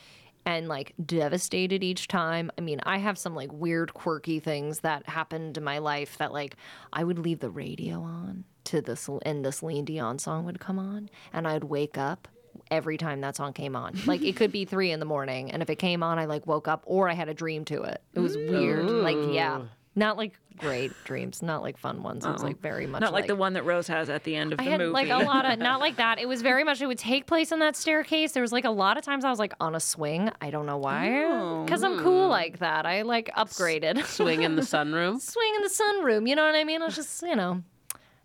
[SPEAKER 1] and like devastated each time. I mean, I have some like weird, quirky things that happened in my life that like I would leave the radio on to the Cel- and the Celine Dion song would come on, and I'd wake up every time that song came on. Like it could be three in the morning, and if it came on, I like woke up or I had a dream to it. It was weird. Like yeah, not like great dreams, not like fun ones. It was like very much
[SPEAKER 4] Oh. Not like, the one that Rose has at the end of
[SPEAKER 1] I
[SPEAKER 4] the
[SPEAKER 1] had
[SPEAKER 4] movie.
[SPEAKER 1] like a lot of not like
[SPEAKER 2] (laughs)
[SPEAKER 1] that. It was very much it would take place on that staircase. There was like a lot of times I was like on a swing. I don't know why, because I'm cool like that. I like upgraded
[SPEAKER 2] (laughs) Oh, hmm. swing in the sunroom.
[SPEAKER 1] (laughs) swing in the sunroom. You know what I mean? I was just you know,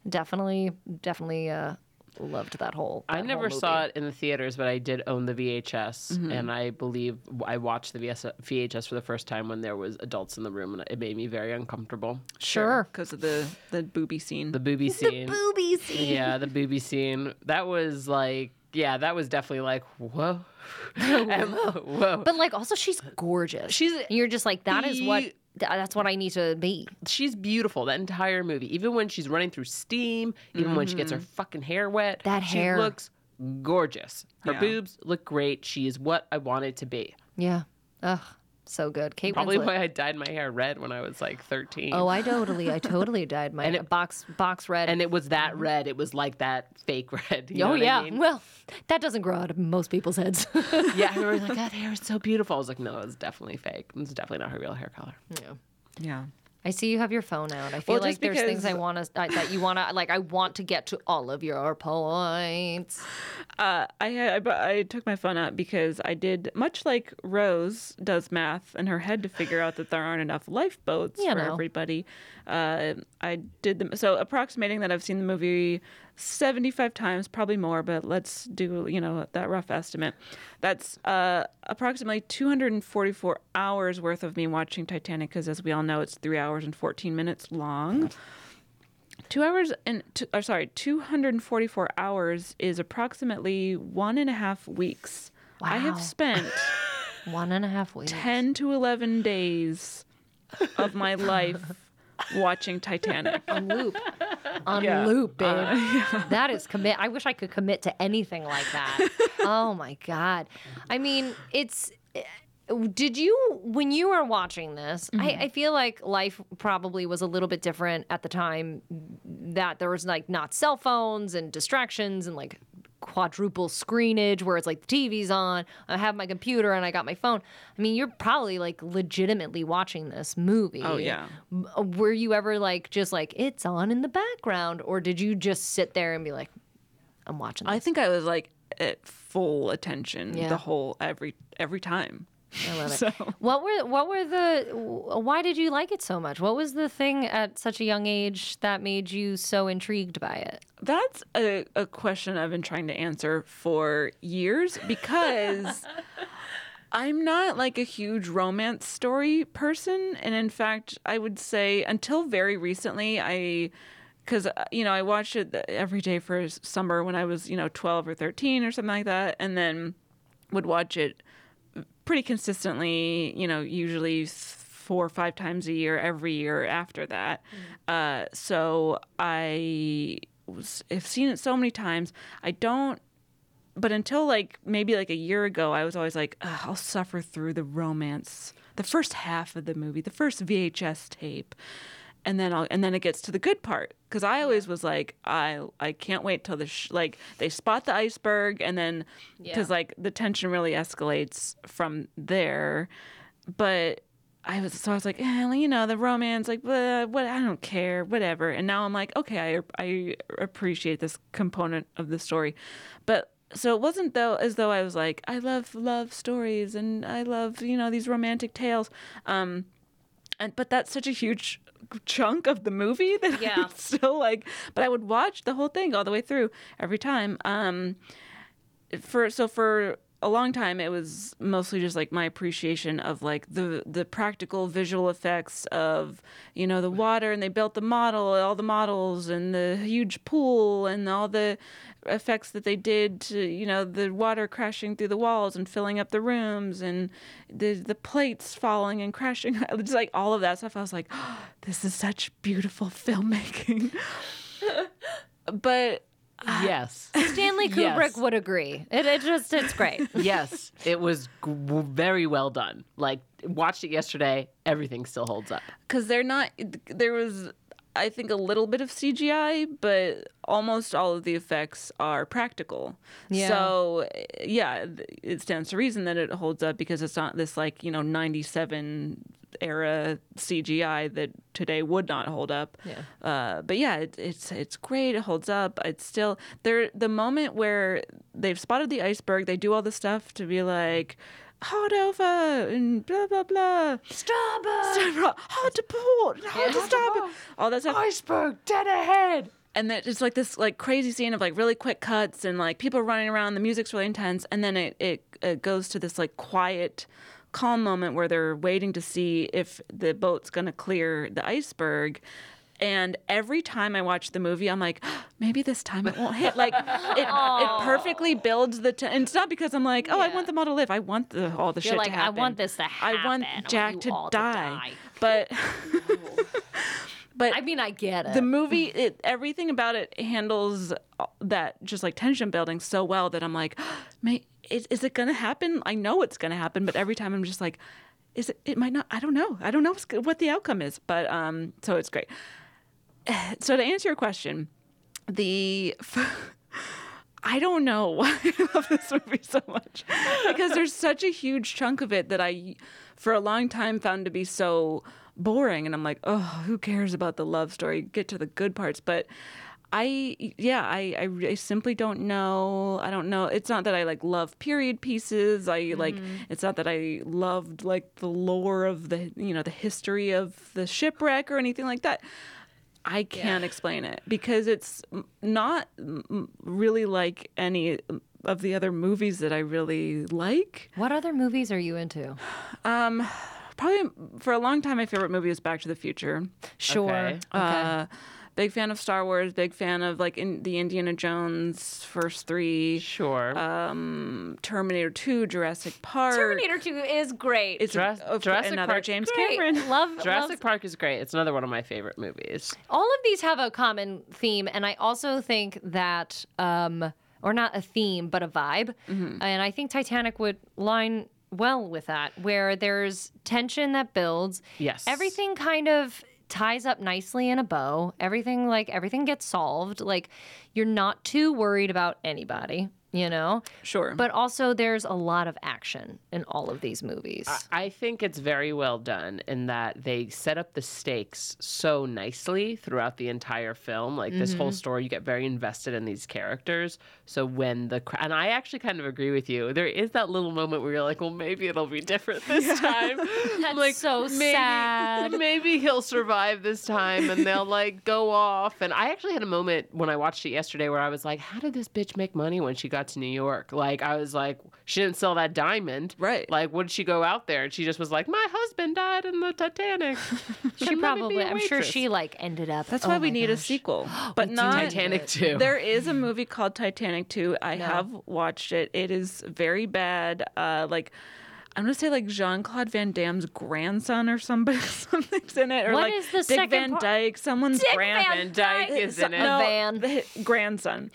[SPEAKER 1] definitely, definitely uh, loved that whole.
[SPEAKER 2] I never saw it in the theaters, but I did own the VHS,
[SPEAKER 1] Mm-hmm.
[SPEAKER 2] and I believe I watched the VS- VHS for the first time when there was adults in the room, and it made me very uncomfortable.
[SPEAKER 4] (laughs)
[SPEAKER 1] Sure.
[SPEAKER 4] because of the the booby scene.
[SPEAKER 2] The booby scene.
[SPEAKER 1] Booby scene.
[SPEAKER 2] yeah, the booby scene. That was like, yeah, that was definitely like,
[SPEAKER 1] (laughs)
[SPEAKER 2] whoa, And- whoa.
[SPEAKER 1] But like, also she's
[SPEAKER 2] Uh,
[SPEAKER 1] gorgeous. She's. You're just like that is what.
[SPEAKER 2] Be-
[SPEAKER 1] That's what I need to be.
[SPEAKER 2] she's beautiful that entire movie. Even when she's running through steam, even when she gets her fucking hair wet,
[SPEAKER 1] Mm-hmm. That
[SPEAKER 2] she
[SPEAKER 1] hair.
[SPEAKER 2] looks gorgeous. Her
[SPEAKER 4] Yeah.
[SPEAKER 2] boobs look great. She is what I want it to be.
[SPEAKER 1] Yeah. Ugh. So good. Kate
[SPEAKER 2] Probably
[SPEAKER 1] Winslet.
[SPEAKER 2] why I dyed my hair red when I was like 13.
[SPEAKER 1] Oh,
[SPEAKER 2] (laughs)
[SPEAKER 1] I totally, I totally dyed my
[SPEAKER 2] And it-
[SPEAKER 1] box box red.
[SPEAKER 2] and it was that red. It was like that fake (laughs) red. You
[SPEAKER 1] Mm-hmm.
[SPEAKER 2] know
[SPEAKER 1] oh
[SPEAKER 2] what I
[SPEAKER 1] yeah.
[SPEAKER 2] mean?
[SPEAKER 1] Well, that doesn't grow out of most people's heads. (laughs)
[SPEAKER 2] yeah. I remember like that hair is so beautiful. I was like, no, it's definitely fake. It's definitely not her real hair color.
[SPEAKER 4] Yeah.
[SPEAKER 1] I see you have your phone out. I feel
[SPEAKER 2] Well,
[SPEAKER 1] like
[SPEAKER 2] just
[SPEAKER 1] there's things I
[SPEAKER 2] because-
[SPEAKER 1] want to that you want to like. I want to get to all of your points.
[SPEAKER 4] Uh, I had I, but I took my phone out because I did much like Rose does math in her head to figure out that there aren't enough lifeboats
[SPEAKER 1] You
[SPEAKER 4] for
[SPEAKER 1] know.
[SPEAKER 4] everybody. Uh, I did the so approximating that I've seen the movie seventy five times, probably more, but let's do you know that rough estimate. That's uh, approximately two hundred and forty four hours worth of me watching Titanic because, as we all know, it's three hours and fourteen minutes long. Two hours and t- or sorry, two hundred and forty-four hours is approximately one and a half weeks. I
[SPEAKER 1] Wow. (laughs)
[SPEAKER 4] have spent
[SPEAKER 1] One and a half (laughs) weeks.
[SPEAKER 4] ten to eleven days of my life
[SPEAKER 1] (laughs)
[SPEAKER 4] watching Titanic.
[SPEAKER 1] on loop. On
[SPEAKER 4] Yeah.
[SPEAKER 1] loop, babe.
[SPEAKER 2] Uh, (laughs)
[SPEAKER 1] That is commit. I wish I could commit to anything like
[SPEAKER 2] (laughs)
[SPEAKER 1] that. oh my god. I mean, it's. eh, Did you when you were watching this? I, I feel like life probably was a little bit different at the time. That there was like not cell phones and distractions and like quadruple screenage where it's like the TV's on. I have my computer and I got my phone. I mean, you're probably like legitimately watching this movie.
[SPEAKER 4] Oh, yeah.
[SPEAKER 1] M- were you ever like just like it's on in the background or did you just sit there and be like i'm watching
[SPEAKER 4] I
[SPEAKER 1] this
[SPEAKER 4] think I was like at full attention
[SPEAKER 1] Yeah.
[SPEAKER 4] the whole every every time.
[SPEAKER 1] i, love it
[SPEAKER 4] So
[SPEAKER 1] what were what were the w- why did you like it so much what was the thing at such a young age that made you so intrigued by it
[SPEAKER 4] (laughs) that's a, a question I've been trying to answer for years because I'm not like a huge romance story person. And in fact, I would say until very recently, I, because, you know, I watched it every day for s- summer when I was, you know, 12 or 13 or something like that. And then would watch it pretty consistently, you know, usually th- four or five times a year every year after that. Uh, so I was, have seen it so many times. I don't but until like maybe like a year ago, I was always like, "Ugh, I'll suffer through the romance, the first half of the movie, the first VHS tape, and then I'll and then it gets to the good part. Because I always was like, I I can't wait till the sh- like they spot the iceberg, and then because like the tension really escalates from there. But I was so I was like, eh, you know, the romance, like, blah, what? I don't care, whatever. And now I'm like, okay, I I appreciate this component of the story, but so it wasn't though as though I was like, I love love stories and I love you know these romantic tales, um, and but that's such a huge chunk of the movie (laughs) that
[SPEAKER 1] Yeah.
[SPEAKER 4] I'm still like, but I would watch the whole thing all the way through every time. Um, for so for a long time it was mostly just like my appreciation of like the the practical visual effects of you know the water and they built the model all the models and the huge pool and all the effects that they did to you know the water crashing through the walls and filling up the rooms and the the plates falling and crashing (laughs) just like all of that stuff I was like (gasps) this is such beautiful filmmaking (laughs) but
[SPEAKER 1] Ah.
[SPEAKER 2] Yes.
[SPEAKER 1] stanley kubrick
[SPEAKER 2] Yes.
[SPEAKER 1] would agree it, it just it's great
[SPEAKER 2] yes. It was g- very well done. Like, watched it yesterday. Everything still holds up.
[SPEAKER 4] because they're not there was i think a little bit of cgi but almost all of the effects are practical
[SPEAKER 1] Yeah.
[SPEAKER 4] so yeah it stands to reason that it holds up because it's not this like you know 97 era cgi that today would not hold up
[SPEAKER 1] Yeah.
[SPEAKER 4] uh, but yeah it, it's it's great it holds up it's still there the moment where they've spotted the iceberg they do all the stuff to be like hard over and blah blah blah Sarah, hard to port, hard to stop, all that stuff.
[SPEAKER 2] Iceberg dead ahead.
[SPEAKER 4] And then it's like this like crazy scene of like really quick cuts and like people running around. The music's really intense, and then it it, it goes to this like quiet, calm moment where they're waiting to see if the boat's gonna clear the iceberg. And every time I watch the movie, I'm like, (gasps) maybe this time it won't hit. Like, it, it
[SPEAKER 1] (laughs)
[SPEAKER 4] perfectly builds the. T- and it's not because I'm like, oh, I want them all to live. I want the, all the
[SPEAKER 1] You're
[SPEAKER 4] shit
[SPEAKER 1] like,
[SPEAKER 4] to
[SPEAKER 1] "I
[SPEAKER 4] happen.
[SPEAKER 1] want this to
[SPEAKER 4] I
[SPEAKER 1] happen.
[SPEAKER 4] want
[SPEAKER 1] I want
[SPEAKER 4] Jack
[SPEAKER 1] you
[SPEAKER 4] to,
[SPEAKER 1] all to die."
[SPEAKER 4] die. But but
[SPEAKER 1] i mean i get it
[SPEAKER 4] the movie it, everything about it handles that just like tension building so (gasps) well that i'm like "May- is, is it gonna happen i know it's gonna happen but every time i'm just like is it, it might not i don't know i don't know what's- what the outcome is but um so it's great (sighs) so to answer your question the (laughs) I don't know (laughs) why I love this movie so much because there's such a huge chunk of it that I, for a long time, found to be so boring. And I'm like, oh, who cares about the love story? Get to the good parts. But I, yeah, I, I, re- I simply don't know. I don't know. It's not that I like love period pieces. I like, it's not that I loved like the lore of the, you know, the history of the shipwreck or anything like that. I can't explain it because it's m- not m- really like any of the other movies that I really like.
[SPEAKER 1] What other movies are you into?
[SPEAKER 4] Probably for a long time, my favorite movie was Back to the Future.
[SPEAKER 1] Sure.
[SPEAKER 2] Okay.
[SPEAKER 4] Uh, big fan of Star Wars. Big fan of like in the Indiana Jones first three,
[SPEAKER 2] Sure.
[SPEAKER 4] Terminator Two, Jurassic Park.
[SPEAKER 1] Terminator 2 is great.
[SPEAKER 4] It's
[SPEAKER 2] Jurass-
[SPEAKER 4] of-
[SPEAKER 2] Jurassic
[SPEAKER 4] another
[SPEAKER 2] Park,
[SPEAKER 4] James
[SPEAKER 1] great. (laughs)
[SPEAKER 4] Cameron. (laughs)
[SPEAKER 1] Love
[SPEAKER 2] Jurassic
[SPEAKER 1] love-
[SPEAKER 2] Park is great. It's another one of my favorite movies.
[SPEAKER 1] all of these have a common theme and i also think that um or not a theme but a vibe and i think titanic would line well with that where there's tension that builds
[SPEAKER 2] Yes.
[SPEAKER 1] everything kind of ties up nicely in a bow everything like everything gets solved like you're not too worried about anybody you know
[SPEAKER 4] Sure.
[SPEAKER 1] but also there's a lot of action in all of these movies
[SPEAKER 2] I think it's very well done in that they set up the stakes so nicely throughout the entire film. Like this whole story, you get very invested in these characters. So when the cra- and I actually kind of agree with you. There is that little moment where you're like, well, maybe it'll be different (laughs) this time.
[SPEAKER 1] (laughs)
[SPEAKER 2] I'm
[SPEAKER 1] That's so
[SPEAKER 2] maybe,
[SPEAKER 1] sad.
[SPEAKER 2] Maybe he'll survive this time, and (laughs) they'll like go off. And I actually had a moment when I watched it yesterday where I was like, how did this bitch make money when she got to New York? Like I was like, she didn't sell that diamond,
[SPEAKER 4] Right.
[SPEAKER 2] Like, would she go out there? And she just was like, my husband died in
[SPEAKER 1] (laughs)
[SPEAKER 2] the Titanic.
[SPEAKER 1] she probably i'm sure she like ended up
[SPEAKER 4] That's
[SPEAKER 1] oh
[SPEAKER 4] why we
[SPEAKER 1] my
[SPEAKER 4] need a
[SPEAKER 1] gosh. (gasps)
[SPEAKER 4] sequel, but
[SPEAKER 1] do
[SPEAKER 4] not
[SPEAKER 1] need
[SPEAKER 2] Titanic (laughs) too.
[SPEAKER 4] There is a movie called Titanic 2. I have watched it. It is very bad. Uh, like, I'm gonna say like Jean Claude Van Damme's grandson or somebody. (laughs) Something's in it, or
[SPEAKER 1] What
[SPEAKER 4] like
[SPEAKER 1] is the
[SPEAKER 4] Dick
[SPEAKER 1] second
[SPEAKER 4] Van
[SPEAKER 1] part?
[SPEAKER 4] Dyke. Someone's
[SPEAKER 1] Dick
[SPEAKER 4] grand.
[SPEAKER 1] Van Dyke
[SPEAKER 2] is
[SPEAKER 1] So-
[SPEAKER 2] in it.
[SPEAKER 1] no.
[SPEAKER 4] No,
[SPEAKER 1] Van.
[SPEAKER 4] the- grandson.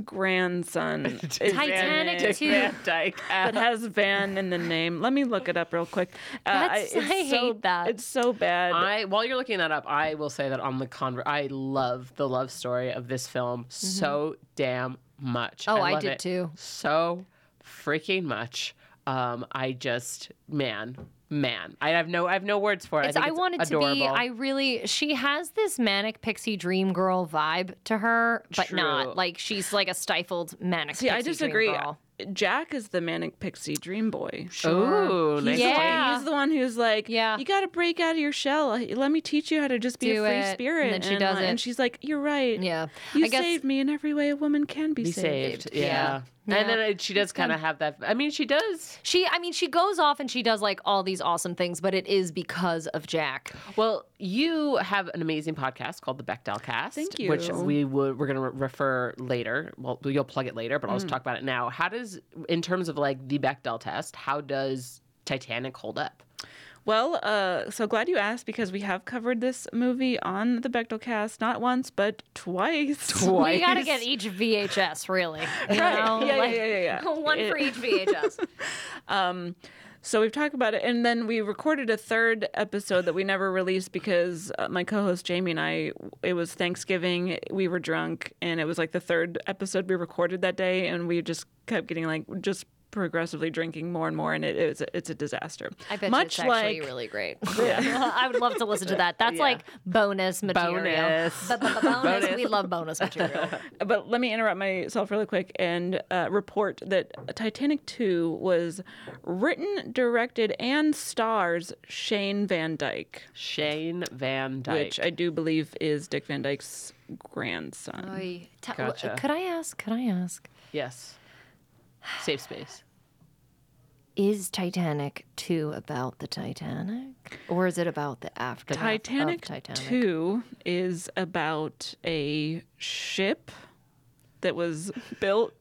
[SPEAKER 2] (laughs)
[SPEAKER 4] grandson. is in
[SPEAKER 1] Titanic
[SPEAKER 4] it.
[SPEAKER 2] Dick
[SPEAKER 1] too.
[SPEAKER 2] Van Dyke.
[SPEAKER 4] That has Van in the name. Let me look it up real quick. Uh,
[SPEAKER 1] That's- (laughs)
[SPEAKER 4] it's
[SPEAKER 1] I
[SPEAKER 4] so-
[SPEAKER 1] hate that.
[SPEAKER 4] It's so bad.
[SPEAKER 2] I while you're looking that up, I will say that on the convert, I love the love story of this film so damn much.
[SPEAKER 1] Oh, I
[SPEAKER 2] love
[SPEAKER 1] did
[SPEAKER 2] it
[SPEAKER 1] too.
[SPEAKER 2] So freaking much. Um, I just man, man. I have no, I have no words for it.
[SPEAKER 1] It's,
[SPEAKER 2] I, think
[SPEAKER 1] I
[SPEAKER 2] it's
[SPEAKER 1] wanted
[SPEAKER 2] adorable.
[SPEAKER 1] to be. I really. She has this manic pixie dream girl vibe to her, but
[SPEAKER 2] True.
[SPEAKER 1] not like she's like a stifled manic.
[SPEAKER 4] See,
[SPEAKER 1] pixie
[SPEAKER 4] I disagree.
[SPEAKER 1] Dream girl.
[SPEAKER 4] Jack is the manic pixie dream boy.
[SPEAKER 2] Ooh, nice
[SPEAKER 1] Yeah.
[SPEAKER 2] point.
[SPEAKER 4] Like, he's the one who's like,
[SPEAKER 1] Yeah.
[SPEAKER 4] you got to break out of your shell. Let me teach you how to just be
[SPEAKER 1] Do
[SPEAKER 4] a free
[SPEAKER 1] it." And
[SPEAKER 4] spirit.
[SPEAKER 1] then she does
[SPEAKER 4] uh,
[SPEAKER 1] it.
[SPEAKER 4] And she's like, you're right.
[SPEAKER 1] Yeah.
[SPEAKER 4] You
[SPEAKER 1] I guess-
[SPEAKER 4] saved me in every way a woman can be,
[SPEAKER 2] be
[SPEAKER 4] saved.
[SPEAKER 2] saved. Yeah. And then it, she does kind of have that. I mean, she does.
[SPEAKER 1] She. I mean, she goes off and she does like all these awesome things, but it is because of Jack.
[SPEAKER 2] Well, you have an amazing podcast called the Bechdel Cast,
[SPEAKER 4] Thank you.
[SPEAKER 2] which we would we're going to re- refer later. Well, you'll plug it later, but I'll just talk about it now. How does, in terms of like the Bechdel test, how does Titanic hold up?
[SPEAKER 4] Well, uh, so glad you asked because we have covered this movie on the Bechtel cast, not once, but twice.
[SPEAKER 1] We gotta get each VHS, really. You know?
[SPEAKER 4] (laughs) Yeah, yeah,
[SPEAKER 1] Like,
[SPEAKER 4] yeah, yeah,
[SPEAKER 1] (laughs)
[SPEAKER 4] yeah.
[SPEAKER 1] One for each VHS.
[SPEAKER 4] So we've talked about it, and then we recorded a third episode that we never released because uh, my co-host Jamie and I, it was Thanksgiving, we were drunk, and it was like the third episode we recorded that day, and we just kept getting like just progressively drinking more and more, and it, it's a, it's a disaster.
[SPEAKER 1] I bet you
[SPEAKER 4] Much
[SPEAKER 1] it's actually
[SPEAKER 4] like
[SPEAKER 1] really
[SPEAKER 2] (laughs)
[SPEAKER 1] great. (laughs) I would love to listen to that. That's like bonus material.
[SPEAKER 2] Bonus.
[SPEAKER 1] bonus. We love
[SPEAKER 2] (laughs)
[SPEAKER 1] bonus material.
[SPEAKER 4] uh, but let me interrupt myself really quick and uh, report that Titanic 2 was written, directed, and stars Shane Van Dyke,
[SPEAKER 2] Shane Van Dyke.
[SPEAKER 4] which I do believe is Dick Van Dyke's
[SPEAKER 2] Oh,
[SPEAKER 4] grandson.
[SPEAKER 1] Oy. Ta- w-
[SPEAKER 2] Gotcha.
[SPEAKER 1] Could I ask? Could I ask?
[SPEAKER 2] yes. Safe space.
[SPEAKER 1] Is Titanic 2 about the Titanic? Or is it about the aftermath
[SPEAKER 4] Titanic,
[SPEAKER 1] of Titanic?
[SPEAKER 4] 2 is about a ship that was built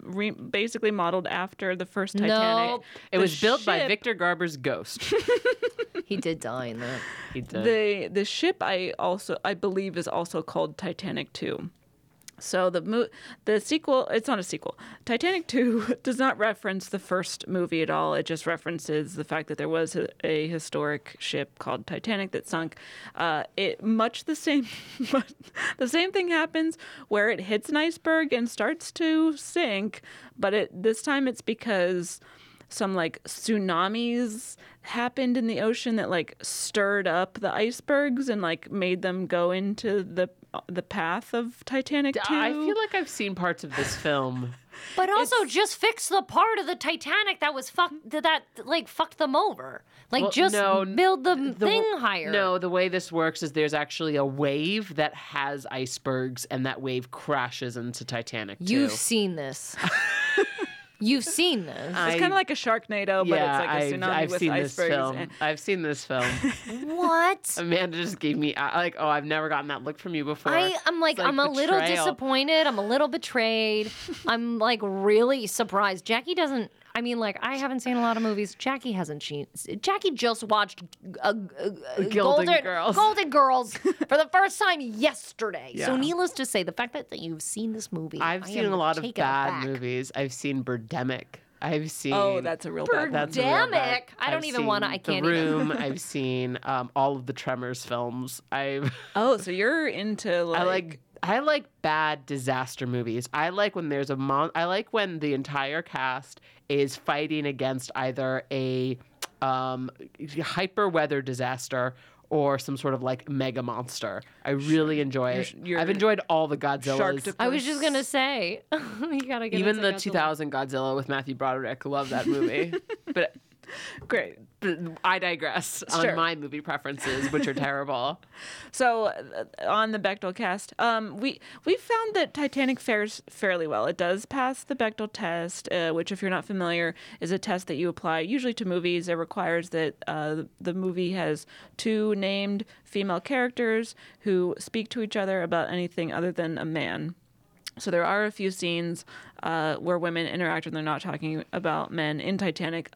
[SPEAKER 4] re- basically modeled after the first Titanic.
[SPEAKER 1] Nope.
[SPEAKER 2] It
[SPEAKER 4] The
[SPEAKER 2] was built by
[SPEAKER 4] ship-
[SPEAKER 2] Victor Garber's
[SPEAKER 4] (laughs)
[SPEAKER 2] ghost.
[SPEAKER 1] He did die in
[SPEAKER 2] (laughs)
[SPEAKER 1] that.
[SPEAKER 2] He did.
[SPEAKER 4] The the ship I also I believe is also called Titanic 2. So the mo- the sequel, it's not a sequel. Titanic 2 (laughs) does not reference the first movie at all. It just references the fact that there was a, a historic ship called Titanic that sunk. Uh, it much the same (laughs) much- the same thing happens where it hits an iceberg and starts to sink, but it this time it's because some like tsunamis happened in the ocean that like stirred up the icebergs and like made them go into the the path of Titanic 2.
[SPEAKER 2] I feel like I've seen parts of this film.
[SPEAKER 1] But also, just fix the part of the Titanic that was fucked. That, that like fucked them over. Like
[SPEAKER 2] Well,
[SPEAKER 1] just
[SPEAKER 2] no, n-
[SPEAKER 1] build the, m-
[SPEAKER 2] The
[SPEAKER 1] thing
[SPEAKER 2] w-
[SPEAKER 1] higher.
[SPEAKER 2] No, the way this works is there's actually a wave that has icebergs, and that wave crashes into Titanic.
[SPEAKER 1] you've
[SPEAKER 2] too.
[SPEAKER 1] seen
[SPEAKER 2] (laughs)
[SPEAKER 1] this. you've seen this.
[SPEAKER 2] I-
[SPEAKER 4] it's kind of like a
[SPEAKER 2] yeah,
[SPEAKER 4] Sharknado, but it's like a
[SPEAKER 2] I've,
[SPEAKER 4] tsunami
[SPEAKER 2] I've
[SPEAKER 4] with
[SPEAKER 2] seen this
[SPEAKER 4] icebergs.
[SPEAKER 2] film.
[SPEAKER 4] and-
[SPEAKER 2] I've seen this
[SPEAKER 4] (laughs)
[SPEAKER 2] film.
[SPEAKER 1] what?
[SPEAKER 2] Amanda just gave me I- like, oh, I've never gotten that look from you before.
[SPEAKER 1] I, I'm like,
[SPEAKER 2] It's like
[SPEAKER 1] I'm a little
[SPEAKER 2] betrayal.
[SPEAKER 1] disappointed. I'm a little betrayed. I'm like really surprised. Jackie doesn't. I mean, like, I haven't seen a lot of movies. Jackie hasn't seen. Jackie just watched uh, uh, uh,
[SPEAKER 2] Golden Girls.
[SPEAKER 1] Golden Girls for the first time yesterday. So,
[SPEAKER 2] Yeah.
[SPEAKER 1] needless to say, the fact that, that you've seen this movie,
[SPEAKER 2] I've
[SPEAKER 1] I
[SPEAKER 2] seen
[SPEAKER 1] am
[SPEAKER 2] a lot of
[SPEAKER 1] taken
[SPEAKER 2] bad
[SPEAKER 1] aback.
[SPEAKER 2] movies. I've seen Birdemic. I've seen.
[SPEAKER 4] oh, that's a real bad one.
[SPEAKER 2] a real
[SPEAKER 1] Birdemic.
[SPEAKER 2] bad-
[SPEAKER 1] I don't
[SPEAKER 2] I've
[SPEAKER 1] even wanna-
[SPEAKER 2] seen
[SPEAKER 1] I can't
[SPEAKER 2] The
[SPEAKER 1] even.
[SPEAKER 2] (laughs) Room. I've seen um, all of the Tremors films. I've.
[SPEAKER 4] Oh, so you're into like,
[SPEAKER 2] I like I like bad disaster movies. I like when there's a mon- I like when the entire cast is fighting against either a um, hyper weather disaster or some sort of like mega monster. I really enjoy it.
[SPEAKER 4] You're- you're-
[SPEAKER 2] I've enjoyed all the
[SPEAKER 4] shark.
[SPEAKER 2] Godzillas.
[SPEAKER 1] I was just gonna say, (laughs) you gotta get
[SPEAKER 2] Even
[SPEAKER 1] into
[SPEAKER 2] the
[SPEAKER 1] Godzilla.
[SPEAKER 2] 2000 Godzilla with Matthew Broderick, love that (laughs) movie. but,
[SPEAKER 4] great.
[SPEAKER 2] but I digress
[SPEAKER 4] Sure.
[SPEAKER 2] on my movie preferences, (laughs) which are terrible.
[SPEAKER 4] So uh, on the Bechtel cast, um, we we found that Titanic fares fairly well. It does pass the Bechtel test, uh, which, if you're not familiar, is a test that you apply usually to movies. It requires that uh, the movie has two named female characters who speak to each other about anything other than a man. So there are a few scenes uh, where women interact and they're not talking about men in Titanic.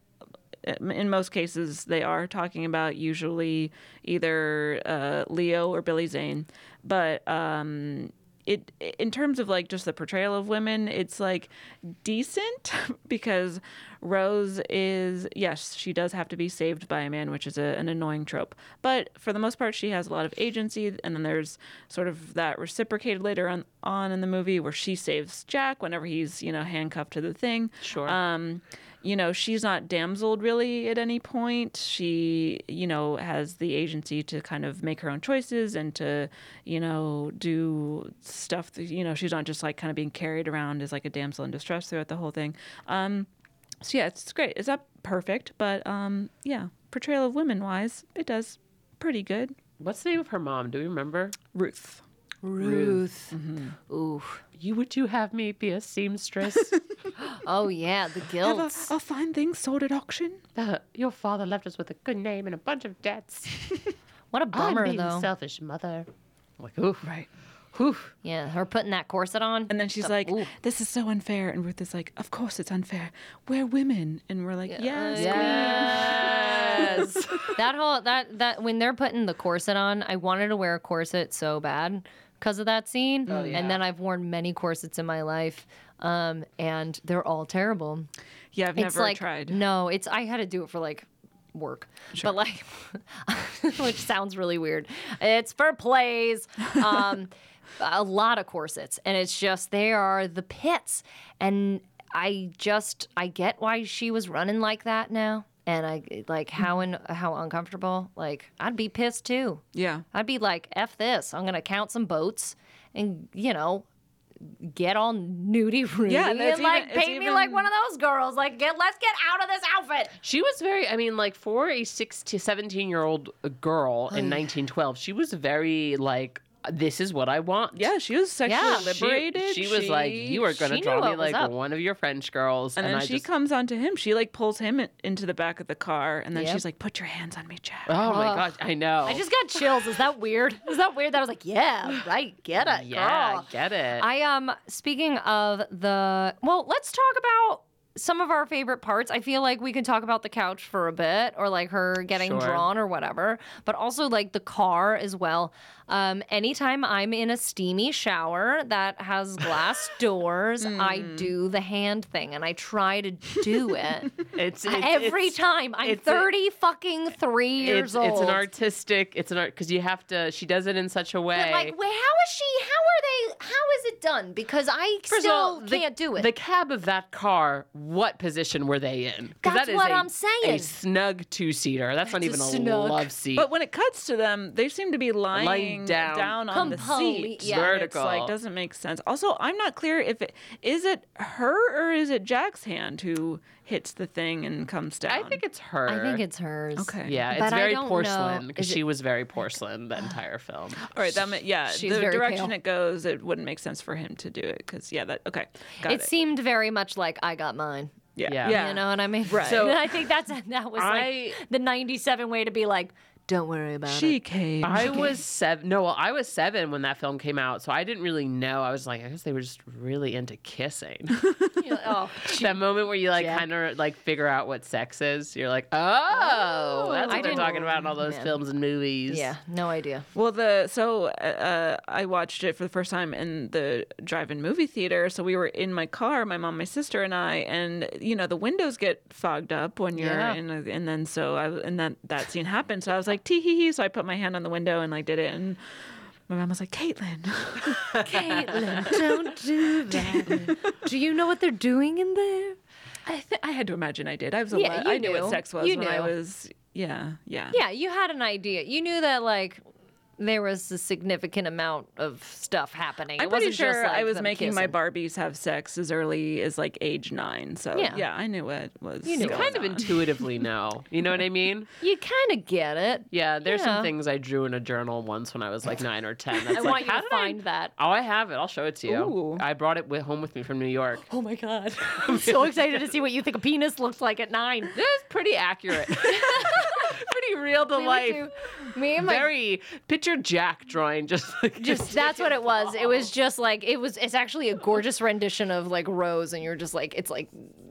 [SPEAKER 4] uh, In most cases, they are talking about usually either uh, Leo or Billy Zane, but um, it in terms of like just the portrayal of women, it's like decent (laughs) because Rose is yes, she does have to be saved by a man, which is a, an annoying trope. But for the most part, she has a lot of agency, and then there's sort of that reciprocated later on on in the movie where she saves Jack whenever he's you know handcuffed to the thing.
[SPEAKER 2] Sure.
[SPEAKER 4] Um, you know, she's not damseled really at any point. She, you know, has the agency to kind of make her own choices and to, you know, do stuff. That, you know, she's not just like kind of being carried around as like a damsel in distress throughout the whole thing. Um, so yeah, it's great. It's not perfect, but um, yeah, portrayal of women wise, it does pretty good.
[SPEAKER 2] What's the name of her mom? Do we remember?
[SPEAKER 4] Ruth.
[SPEAKER 1] Ruth.
[SPEAKER 2] Mm-hmm.
[SPEAKER 1] Ooh.
[SPEAKER 2] You would you have me be a seamstress?
[SPEAKER 1] Oh yeah, the
[SPEAKER 4] Have a,
[SPEAKER 1] guilt.
[SPEAKER 4] I'll find things sold at auction.
[SPEAKER 2] Uh, your father left us with a good name and a bunch of debts.
[SPEAKER 1] What a bummer
[SPEAKER 2] I'm being
[SPEAKER 1] though.
[SPEAKER 2] selfish mother. I'm like, oof,
[SPEAKER 4] Right.
[SPEAKER 2] oof.
[SPEAKER 1] Yeah, her putting that corset on.
[SPEAKER 4] And then she's like,
[SPEAKER 1] ooh.
[SPEAKER 4] "This is so unfair." And Ruth is like, "Of course it's unfair. We're women." And we're like, "Yes,
[SPEAKER 1] Yes. that whole that that when they're putting the corset on, I wanted to wear a corset so bad because of that scene.
[SPEAKER 2] yeah.
[SPEAKER 1] And then I've worn many corsets in my life. Um, and they're all terrible.
[SPEAKER 4] queen." Yeah, I've
[SPEAKER 1] it's
[SPEAKER 4] never
[SPEAKER 1] like,
[SPEAKER 4] tried.
[SPEAKER 1] No, it's I had to do it for like work, but like, (laughs) which sounds really weird. It's for plays. Um, a lot of corsets, and it's just they are the pits. And I just I get why she was running like that now, and I like how and how uncomfortable. Like I'd be pissed too.
[SPEAKER 4] Yeah,
[SPEAKER 1] I'd be like, F this. I'm going to count some boats and, you know, get all nudie roody
[SPEAKER 4] (laughs) Yeah, and it's
[SPEAKER 1] and like
[SPEAKER 4] even- it's
[SPEAKER 1] paint me like
[SPEAKER 4] even-
[SPEAKER 1] one of those girls. Like, get, let's get out of this outfit.
[SPEAKER 2] She was very, I mean, like for a 16, 17 year old girl in 1912, she was very like, this is what I want.
[SPEAKER 4] yeah. She was sexually
[SPEAKER 1] Yeah.
[SPEAKER 2] She-
[SPEAKER 4] liberated.
[SPEAKER 2] She, was like, you are
[SPEAKER 1] she
[SPEAKER 2] going to
[SPEAKER 1] knew
[SPEAKER 2] draw
[SPEAKER 1] what
[SPEAKER 2] me
[SPEAKER 1] was
[SPEAKER 2] like
[SPEAKER 1] up."
[SPEAKER 2] one of your French girls.
[SPEAKER 4] And then
[SPEAKER 2] I
[SPEAKER 4] she
[SPEAKER 2] just,
[SPEAKER 4] comes onto him. She like pulls him in, into the back of the car, and then
[SPEAKER 1] Yep.
[SPEAKER 4] she's like, "Put your hands on me, Jack."
[SPEAKER 2] oh my
[SPEAKER 1] Ugh.
[SPEAKER 2] gosh, I know.
[SPEAKER 1] I just got chills. Is that weird? Is that weird that I was like, yeah, right, get
[SPEAKER 4] (laughs)
[SPEAKER 1] it,
[SPEAKER 2] yeah,
[SPEAKER 1] girl.
[SPEAKER 2] get it.
[SPEAKER 1] I am um, speaking of the well, let's talk about some of our favorite parts. I feel like we can talk about the couch for a bit or like her getting
[SPEAKER 2] Sure.
[SPEAKER 1] drawn or whatever, but also like the car as well. Um, anytime I'm in a steamy shower that has glass
[SPEAKER 2] (laughs)
[SPEAKER 1] doors, I
[SPEAKER 2] Hmm.
[SPEAKER 1] do the hand thing and I try to do it
[SPEAKER 2] (laughs) It's, it's
[SPEAKER 1] every
[SPEAKER 2] it's-
[SPEAKER 1] time. I'm
[SPEAKER 2] it's a-
[SPEAKER 1] 30 fucking three years
[SPEAKER 2] It's,
[SPEAKER 1] old.
[SPEAKER 2] it's an artistic. It's an art because you have to. She does it in such a way.
[SPEAKER 1] But like, wait, how is she? How are they? How is it done? Because I
[SPEAKER 2] First
[SPEAKER 1] still
[SPEAKER 2] of all, the-
[SPEAKER 1] can't do it.
[SPEAKER 2] The cab of that car, what position were they in? 'Cause
[SPEAKER 1] That's
[SPEAKER 2] that is
[SPEAKER 1] what
[SPEAKER 2] a-
[SPEAKER 1] I'm
[SPEAKER 2] A
[SPEAKER 1] saying.
[SPEAKER 2] snug two seater. That's, not
[SPEAKER 1] a
[SPEAKER 2] even a,
[SPEAKER 1] snug. (laughs)
[SPEAKER 2] love seat.
[SPEAKER 4] But when it cuts to them, they seem to be lying,
[SPEAKER 2] down.
[SPEAKER 4] down. on the
[SPEAKER 1] Complete-
[SPEAKER 4] seat.
[SPEAKER 1] yeah.
[SPEAKER 4] And
[SPEAKER 2] Vertical.
[SPEAKER 4] It's like doesn't make sense. Also, I'm not clear if it is it her or is it Jack's hand who hits the thing and comes down.
[SPEAKER 2] I think it's her.
[SPEAKER 1] I think it's hers.
[SPEAKER 4] Okay.
[SPEAKER 2] Yeah, it's
[SPEAKER 1] But I
[SPEAKER 2] very
[SPEAKER 1] don't know.
[SPEAKER 2] porcelain because
[SPEAKER 1] Is it-
[SPEAKER 2] she was very porcelain the entire film.
[SPEAKER 4] All right, that ma- yeah,
[SPEAKER 1] She's
[SPEAKER 4] the
[SPEAKER 1] very
[SPEAKER 4] direction
[SPEAKER 1] pale.
[SPEAKER 4] it goes, it wouldn't make sense for him to do it because yeah, that okay, got
[SPEAKER 1] it,
[SPEAKER 4] it.
[SPEAKER 1] seemed very much like I got mine.
[SPEAKER 4] yeah,
[SPEAKER 2] Yeah.
[SPEAKER 4] yeah,
[SPEAKER 1] You know what I mean? (laughs)
[SPEAKER 4] Right.
[SPEAKER 1] So I think that's that was
[SPEAKER 2] I-
[SPEAKER 1] like the '97 way to be like, don't worry about
[SPEAKER 4] She
[SPEAKER 1] it.
[SPEAKER 4] came.
[SPEAKER 2] I was seven. No, well, I was seven when that film came out, so I didn't really know. I was like, I guess they were just really into kissing. (laughs)
[SPEAKER 1] You're like, (laughs) oh,
[SPEAKER 2] that moment where you like
[SPEAKER 1] Jack.
[SPEAKER 2] kind of like figure out what sex is. You're like, oh, that's what
[SPEAKER 1] I
[SPEAKER 2] they're
[SPEAKER 1] didn't-
[SPEAKER 2] talking about in all those
[SPEAKER 1] Yeah.
[SPEAKER 2] films and movies.
[SPEAKER 1] yeah, no idea.
[SPEAKER 4] Well, the so uh, I watched it for the first time in the drive-in movie theater. So we were in my car, my mom, my sister, and I, and you know the windows get fogged up when you're
[SPEAKER 2] Yeah.
[SPEAKER 4] in, a, and then so I and that that scene happened. So I was like tee hee hee. So I put my hand on the window and like did it, and my mom was like Caitlin.
[SPEAKER 1] Caitlin, don't do that. (laughs) do you know what they're doing in there?
[SPEAKER 4] I th- I had to imagine I did. I was a
[SPEAKER 1] Yeah,
[SPEAKER 4] lot-
[SPEAKER 1] you
[SPEAKER 4] I knew,
[SPEAKER 1] knew.
[SPEAKER 4] what sex was
[SPEAKER 1] You
[SPEAKER 4] when I
[SPEAKER 1] knew.
[SPEAKER 4] was yeah yeah
[SPEAKER 1] Yeah, you had an idea. You knew that like there was a significant amount of stuff happening.
[SPEAKER 4] I'm
[SPEAKER 1] it
[SPEAKER 4] pretty
[SPEAKER 1] wasn't just,
[SPEAKER 4] sure
[SPEAKER 1] like,
[SPEAKER 4] I was
[SPEAKER 1] them
[SPEAKER 4] making my
[SPEAKER 1] kissing.
[SPEAKER 4] Barbies have sex as early as like age nine. So
[SPEAKER 1] Yeah.
[SPEAKER 4] yeah, I knew what was.
[SPEAKER 1] You knew
[SPEAKER 4] going
[SPEAKER 2] Kind of
[SPEAKER 4] on.
[SPEAKER 2] intuitively know. You know what I mean?
[SPEAKER 1] You kind of get it.
[SPEAKER 2] Yeah, there's
[SPEAKER 1] Yeah.
[SPEAKER 2] some things I drew in a journal once when I was like nine or ten.
[SPEAKER 1] (laughs)
[SPEAKER 2] That's
[SPEAKER 1] I
[SPEAKER 2] like,
[SPEAKER 1] want you
[SPEAKER 2] how
[SPEAKER 1] to
[SPEAKER 2] did I-
[SPEAKER 1] find that.
[SPEAKER 2] Oh, I have it. I'll show it to you.
[SPEAKER 4] Ooh.
[SPEAKER 2] I brought it with, home with me from
[SPEAKER 1] (laughs)
[SPEAKER 2] New York.
[SPEAKER 1] Oh my god! I'm so excited to see what you think a penis looks like at nine.
[SPEAKER 2] This is
[SPEAKER 1] (laughs)
[SPEAKER 2] pretty accurate. (laughs) pretty real to
[SPEAKER 1] We would
[SPEAKER 2] life.
[SPEAKER 1] do- Me and my
[SPEAKER 2] Very picture Jack drawing just
[SPEAKER 1] (laughs)
[SPEAKER 2] like
[SPEAKER 1] just that's what it was. It was just like it was. It's actually a gorgeous rendition of like Rose, and you're just like it's like